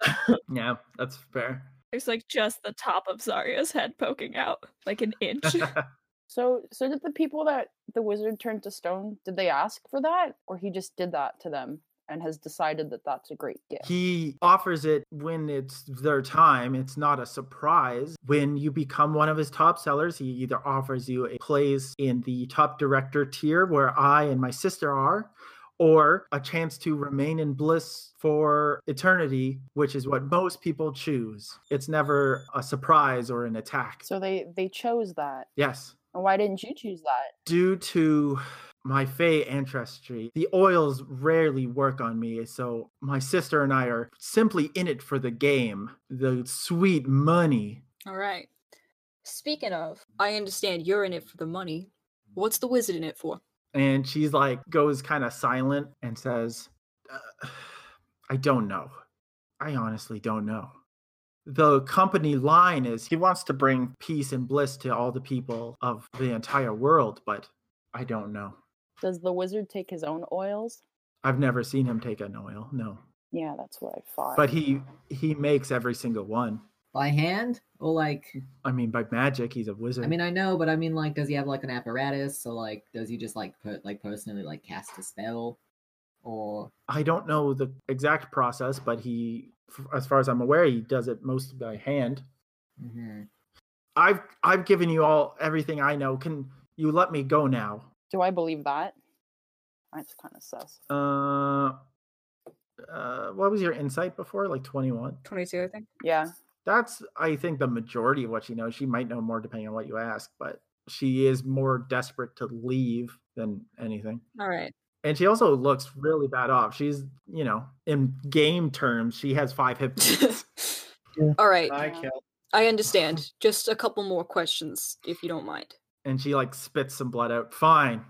[SPEAKER 1] Yeah, that's fair.
[SPEAKER 6] There's like just the top of Zarya's head poking out, like an inch.
[SPEAKER 9] So, so did the people that the wizard turned to stone? Did they ask for that, or he just did that to them and has decided that that's a great gift?
[SPEAKER 1] He offers it when it's their time. It's not a surprise. When you become one of his top sellers, he either offers you a place in the top director tier where I and my sister are, or a chance to remain in bliss for eternity, which is what most people choose. It's never a surprise or an attack.
[SPEAKER 9] So they they chose that,
[SPEAKER 1] Yes.
[SPEAKER 9] and why didn't you choose that?
[SPEAKER 1] due to my Fey ancestry, the oils rarely work on me, so my sister and I are simply in it for the game, the sweet money.
[SPEAKER 3] All right. Speaking of, I understand you're in it for the money. What's the wizard in it for?
[SPEAKER 1] And she's like, goes kind of silent and says, "Uh, I don't know. I honestly don't know. The company line is he wants to bring peace and bliss to all the people of the entire world, but I don't know.
[SPEAKER 9] Does the wizard take his own oils?
[SPEAKER 1] I've never seen him take an oil, no.
[SPEAKER 9] Yeah, that's what I thought.
[SPEAKER 1] But he he makes every single one.
[SPEAKER 5] By hand? Or like
[SPEAKER 1] I mean by magic, he's a wizard.
[SPEAKER 5] I mean, I know, but I mean, like, does he have like an apparatus, or like, does he just like put like personally like cast a spell, or
[SPEAKER 1] I don't know the exact process, but he f- as far as I'm aware, he does it mostly by hand.
[SPEAKER 5] Mhm.
[SPEAKER 1] I've I've given you all everything I know. Can you let me go now?
[SPEAKER 9] Do I believe that? That's kind of sus.
[SPEAKER 1] Uh, uh, what was your insight before? Like 21?
[SPEAKER 9] 22, I think. Yeah.
[SPEAKER 1] That's, I think, the majority of what she knows. She might know more depending on what you ask, but she is more desperate to leave than anything.
[SPEAKER 3] All right.
[SPEAKER 1] And she also looks really bad off. She's, you know, in game terms, she has five
[SPEAKER 4] [laughs]
[SPEAKER 1] hip points.
[SPEAKER 3] All right.
[SPEAKER 1] I kill.
[SPEAKER 3] I understand. Just a couple more questions, if you don't mind.
[SPEAKER 1] and she like spits some blood out. Fine.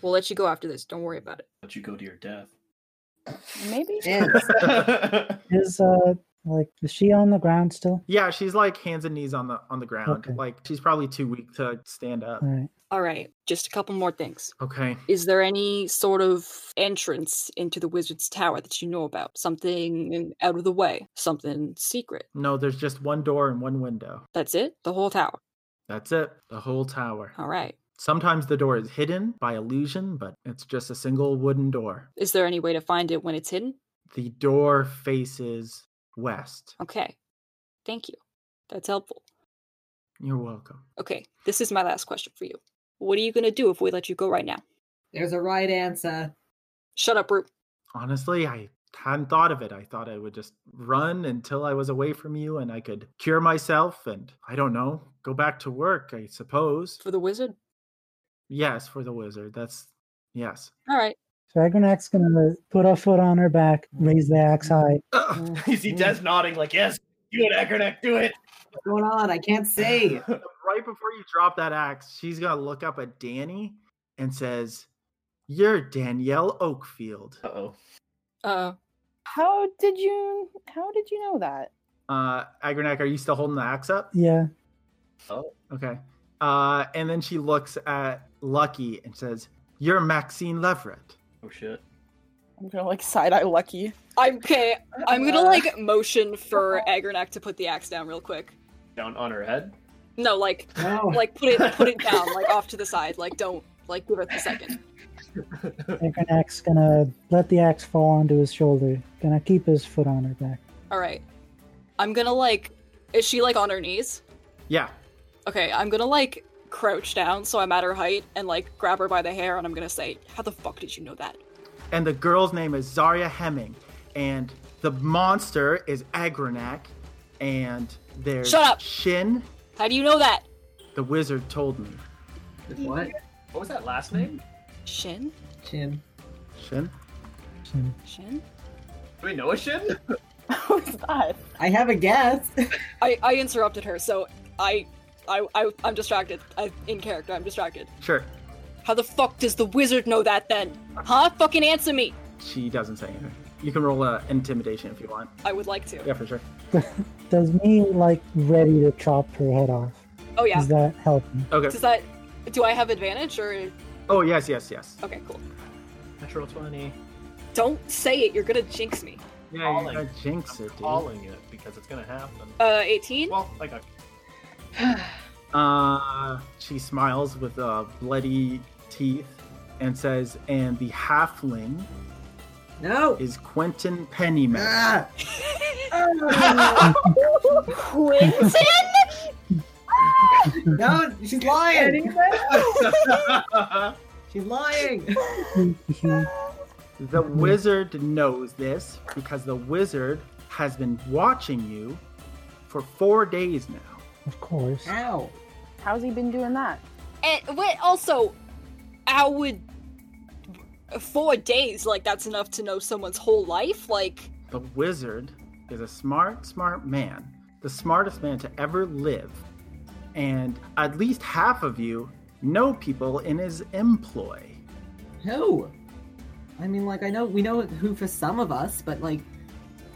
[SPEAKER 3] We'll let you go after this. Don't worry about it.
[SPEAKER 2] Let you go to your death.
[SPEAKER 9] Maybe.
[SPEAKER 4] [laughs]
[SPEAKER 1] [laughs]
[SPEAKER 4] Is uh like is she on the ground still?
[SPEAKER 1] Yeah, she's like hands and knees on the on the ground.
[SPEAKER 4] Okay.
[SPEAKER 1] Like she's probably too weak to stand up.
[SPEAKER 4] All right.
[SPEAKER 3] All right. Just a couple more things.
[SPEAKER 1] Okay.
[SPEAKER 3] Is there any sort of entrance into the wizard's tower that you know about? Something out of the way? Something secret?
[SPEAKER 1] No, there's just one door and one window.
[SPEAKER 3] That's it? The whole tower?
[SPEAKER 1] That's it. The whole tower.
[SPEAKER 3] All right.
[SPEAKER 1] Sometimes the door is hidden by illusion, but it's just a single wooden door.
[SPEAKER 3] Is there any way to find it when it's hidden?
[SPEAKER 1] The door faces west.
[SPEAKER 3] Okay. Thank you. That's helpful.
[SPEAKER 1] You're welcome.
[SPEAKER 3] Okay. This is my last question for you. What are you going to do if we let you go right now?
[SPEAKER 5] There's a right answer.
[SPEAKER 3] Shut up, Root.
[SPEAKER 1] Honestly, I hadn't thought of it. I thought I would just run until I was away from you and I could cure myself and, I don't know, go back to work, I suppose.
[SPEAKER 3] For the wizard?
[SPEAKER 1] Yes, for the wizard. That's, yes.
[SPEAKER 3] All right.
[SPEAKER 4] So Agronak's gonna put a foot on her back, raise the axe high.
[SPEAKER 3] Mm.
[SPEAKER 1] [laughs]
[SPEAKER 2] You see Des nodding like, yes, do it, Ekernak, do it.
[SPEAKER 5] What's going on? I can't say.
[SPEAKER 1] [laughs] right before you drop that axe, she's gonna look up at Danny and says, "You're Danielle Oakfield."
[SPEAKER 2] Uh-oh.
[SPEAKER 9] Uh.
[SPEAKER 3] Oh.
[SPEAKER 9] How did you? How did you know that?
[SPEAKER 1] Uh, Agranak, are you still holding the axe up?
[SPEAKER 4] Yeah.
[SPEAKER 2] Oh.
[SPEAKER 1] Okay. Uh, and then she looks at Lucky and says, "You're Maxine Leverett."
[SPEAKER 2] Oh shit.
[SPEAKER 9] I'm gonna like [laughs] side eye Lucky.
[SPEAKER 3] I'm okay. I'm gonna like motion for Agarnak to put the axe down real quick.
[SPEAKER 2] Down on her head.
[SPEAKER 3] No, like,
[SPEAKER 2] No.
[SPEAKER 3] [laughs] like put it, put it down, like off to the side. Like, don't, like, give it a second.
[SPEAKER 4] Agronak's gonna let the axe fall onto his shoulder. Gonna keep his foot on her back.
[SPEAKER 3] All right. I'm gonna like. Is she like on her knees?
[SPEAKER 1] Yeah.
[SPEAKER 3] Okay. I'm gonna like crouch down so I'm at her height and like grab her by the hair and I'm gonna say, "How the fuck did you know that?"
[SPEAKER 1] And the girl's name is Zarya Hemming, and the monster is Agranak, and there's
[SPEAKER 3] Shut up.
[SPEAKER 1] Shin.
[SPEAKER 3] How do you know that?
[SPEAKER 1] The wizard told me.
[SPEAKER 5] What?
[SPEAKER 2] What was that last name?
[SPEAKER 3] [laughs] Shin.
[SPEAKER 5] Chin.
[SPEAKER 1] Shin.
[SPEAKER 3] Shin.
[SPEAKER 2] Do we know a Shin?
[SPEAKER 9] Who's that?
[SPEAKER 5] I have a guess. [laughs]
[SPEAKER 3] I I interrupted her, so I I, I I'm distracted. I in character. I'm distracted.
[SPEAKER 1] Sure.
[SPEAKER 3] How the fuck does the wizard know that then? Huh? Fucking answer me.
[SPEAKER 1] She doesn't say anything. You can roll a intimidation if you want.
[SPEAKER 3] I would like to.
[SPEAKER 1] Yeah, for sure.
[SPEAKER 4] Does me like ready to chop her head off?
[SPEAKER 3] Oh yeah.
[SPEAKER 4] Does that help me?
[SPEAKER 1] Okay.
[SPEAKER 3] Does that? Do I have advantage or?
[SPEAKER 1] Oh yes, yes, yes.
[SPEAKER 3] Okay, cool.
[SPEAKER 2] Natural twenty.
[SPEAKER 3] Don't say it. You're gonna jinx me.
[SPEAKER 1] Yeah,
[SPEAKER 2] Calling.
[SPEAKER 1] you're gonna jinx it, dude.
[SPEAKER 2] Calling it because it's gonna happen.
[SPEAKER 3] Uh, 18.
[SPEAKER 2] Well, like a
[SPEAKER 1] Uh, she smiles with uh, bloody teeth and says, "And the halfling
[SPEAKER 5] No.
[SPEAKER 1] is Quentin Pennyman."
[SPEAKER 5] Ah!
[SPEAKER 8] Oh.
[SPEAKER 3] Quentin.
[SPEAKER 5] [laughs] No, she's lying.
[SPEAKER 8] Anyway,
[SPEAKER 5] [laughs] She's lying.
[SPEAKER 1] Mm-hmm. The
[SPEAKER 4] Mm-hmm.
[SPEAKER 1] wizard knows this because the wizard has been watching you for four days now.
[SPEAKER 4] Of course.
[SPEAKER 5] How?
[SPEAKER 9] How's he been doing that?
[SPEAKER 3] and wait, also, I would. Four days, like that's enough to know someone's whole life. Like,
[SPEAKER 1] The wizard is a smart, smart man, the smartest man to ever live. And at least half of you know people in his employ.
[SPEAKER 5] Who? I mean, like I know we know who for some of us, but like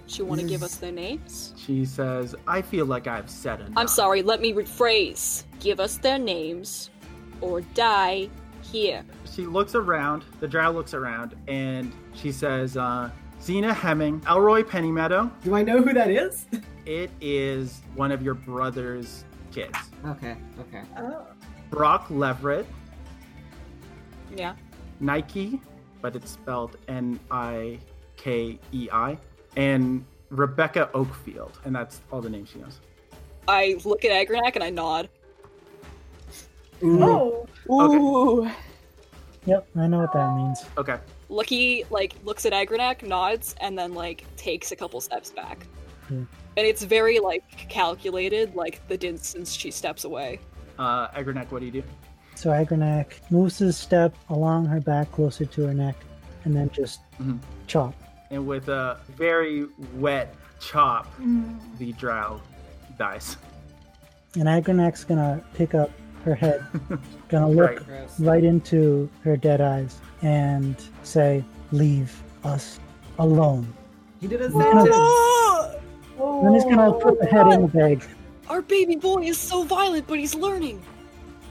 [SPEAKER 3] she want to give
[SPEAKER 5] This-
[SPEAKER 3] us their names?
[SPEAKER 1] She says, I feel like I've said enough.
[SPEAKER 3] I'm sorry. Let me rephrase. Give us their names, or die here.
[SPEAKER 1] She looks around, the drow looks around, and she says, uh, Zena Hemming, Elroy Pennymeadow.
[SPEAKER 11] Do I know who that is? [laughs]
[SPEAKER 1] It is one of your brother's kids.
[SPEAKER 11] Okay, okay.
[SPEAKER 8] Oh.
[SPEAKER 1] Brock Leverett,
[SPEAKER 3] Yeah.
[SPEAKER 1] Nike, but it's spelled N I K E I, and Rebecca Oakfield. And that's all the names she knows.
[SPEAKER 3] I look at Agranak and I nod.
[SPEAKER 8] Oh.
[SPEAKER 3] Ooh.
[SPEAKER 4] Yep, I know what that means.
[SPEAKER 1] Okay.
[SPEAKER 3] Lucky like looks at Agranak, nods, and then like takes a couple steps back.
[SPEAKER 4] Hmm.
[SPEAKER 3] And it's very like calculated, like the distance she steps away.
[SPEAKER 1] Uh, Agranek, what do you do?
[SPEAKER 4] So Agranak moves his step along her back closer to her neck and then just
[SPEAKER 1] Mhm.
[SPEAKER 4] chop.
[SPEAKER 1] And with a very wet chop, the drow dies.
[SPEAKER 4] And Agranak's gonna pick up her head, gonna look
[SPEAKER 1] Right.
[SPEAKER 4] right into her dead eyes and say, Leave us alone.
[SPEAKER 11] He did a
[SPEAKER 4] No, And then he's gonna put the head in the bag.
[SPEAKER 3] Our baby boy is so violent, but he's learning.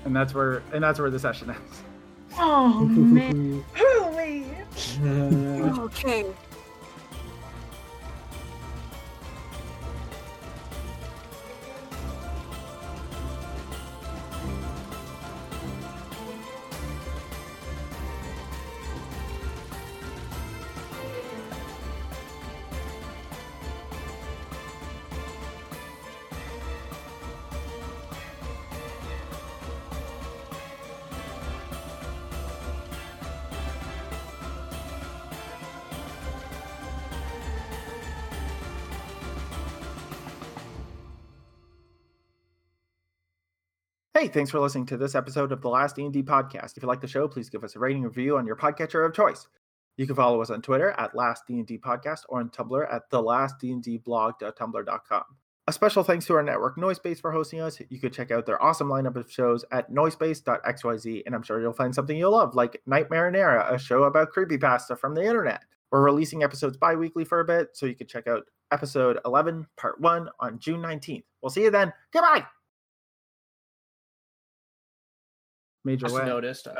[SPEAKER 1] And that's where and that's where the session ends.
[SPEAKER 8] Oh man. Holy.
[SPEAKER 3] Okay.
[SPEAKER 1] Hey, thanks for listening to this episode of the Last D&D Podcast. If you like the show, please give us a rating and review on your podcatcher of choice. You can follow us on Twitter at Last D&D Podcast or on Tumblr at the Last D&D blog.tumblr.com. A special thanks to our network Noisepace for hosting us. You could check out their awesome lineup of shows at noisepace.xyz, and I'm sure you'll find something you'll love, like Nightmarinera, a show about creepypasta from the internet. We're releasing episodes bi-weekly for a bit, so you can check out episode 11, part 1, on June 19th. We'll see you then. Goodbye! Major
[SPEAKER 2] Just
[SPEAKER 1] way.
[SPEAKER 2] noticed. Uh,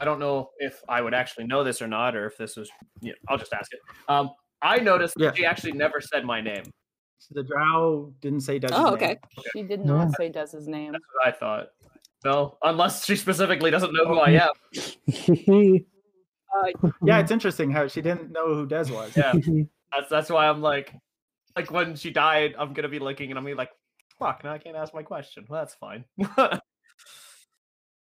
[SPEAKER 2] I don't know if I would actually know this or not, or if this was. Yeah, I'll just ask it. Um, I noticed
[SPEAKER 1] Yeah.
[SPEAKER 2] that she actually never said my name.
[SPEAKER 1] The drow didn't say does.
[SPEAKER 9] Oh,
[SPEAKER 1] his name.
[SPEAKER 9] okay. She did
[SPEAKER 1] No.
[SPEAKER 9] not say Dez's name.
[SPEAKER 2] That's what I thought. No, unless she specifically doesn't know who I
[SPEAKER 1] Oh.
[SPEAKER 2] am.
[SPEAKER 1] Uh, yeah, it's interesting how she didn't know who Des was.
[SPEAKER 2] Yeah. That's that's why I'm like, like when she died, I'm gonna be looking and I'm gonna be like, fuck, now I can't ask my question. Well, that's fine.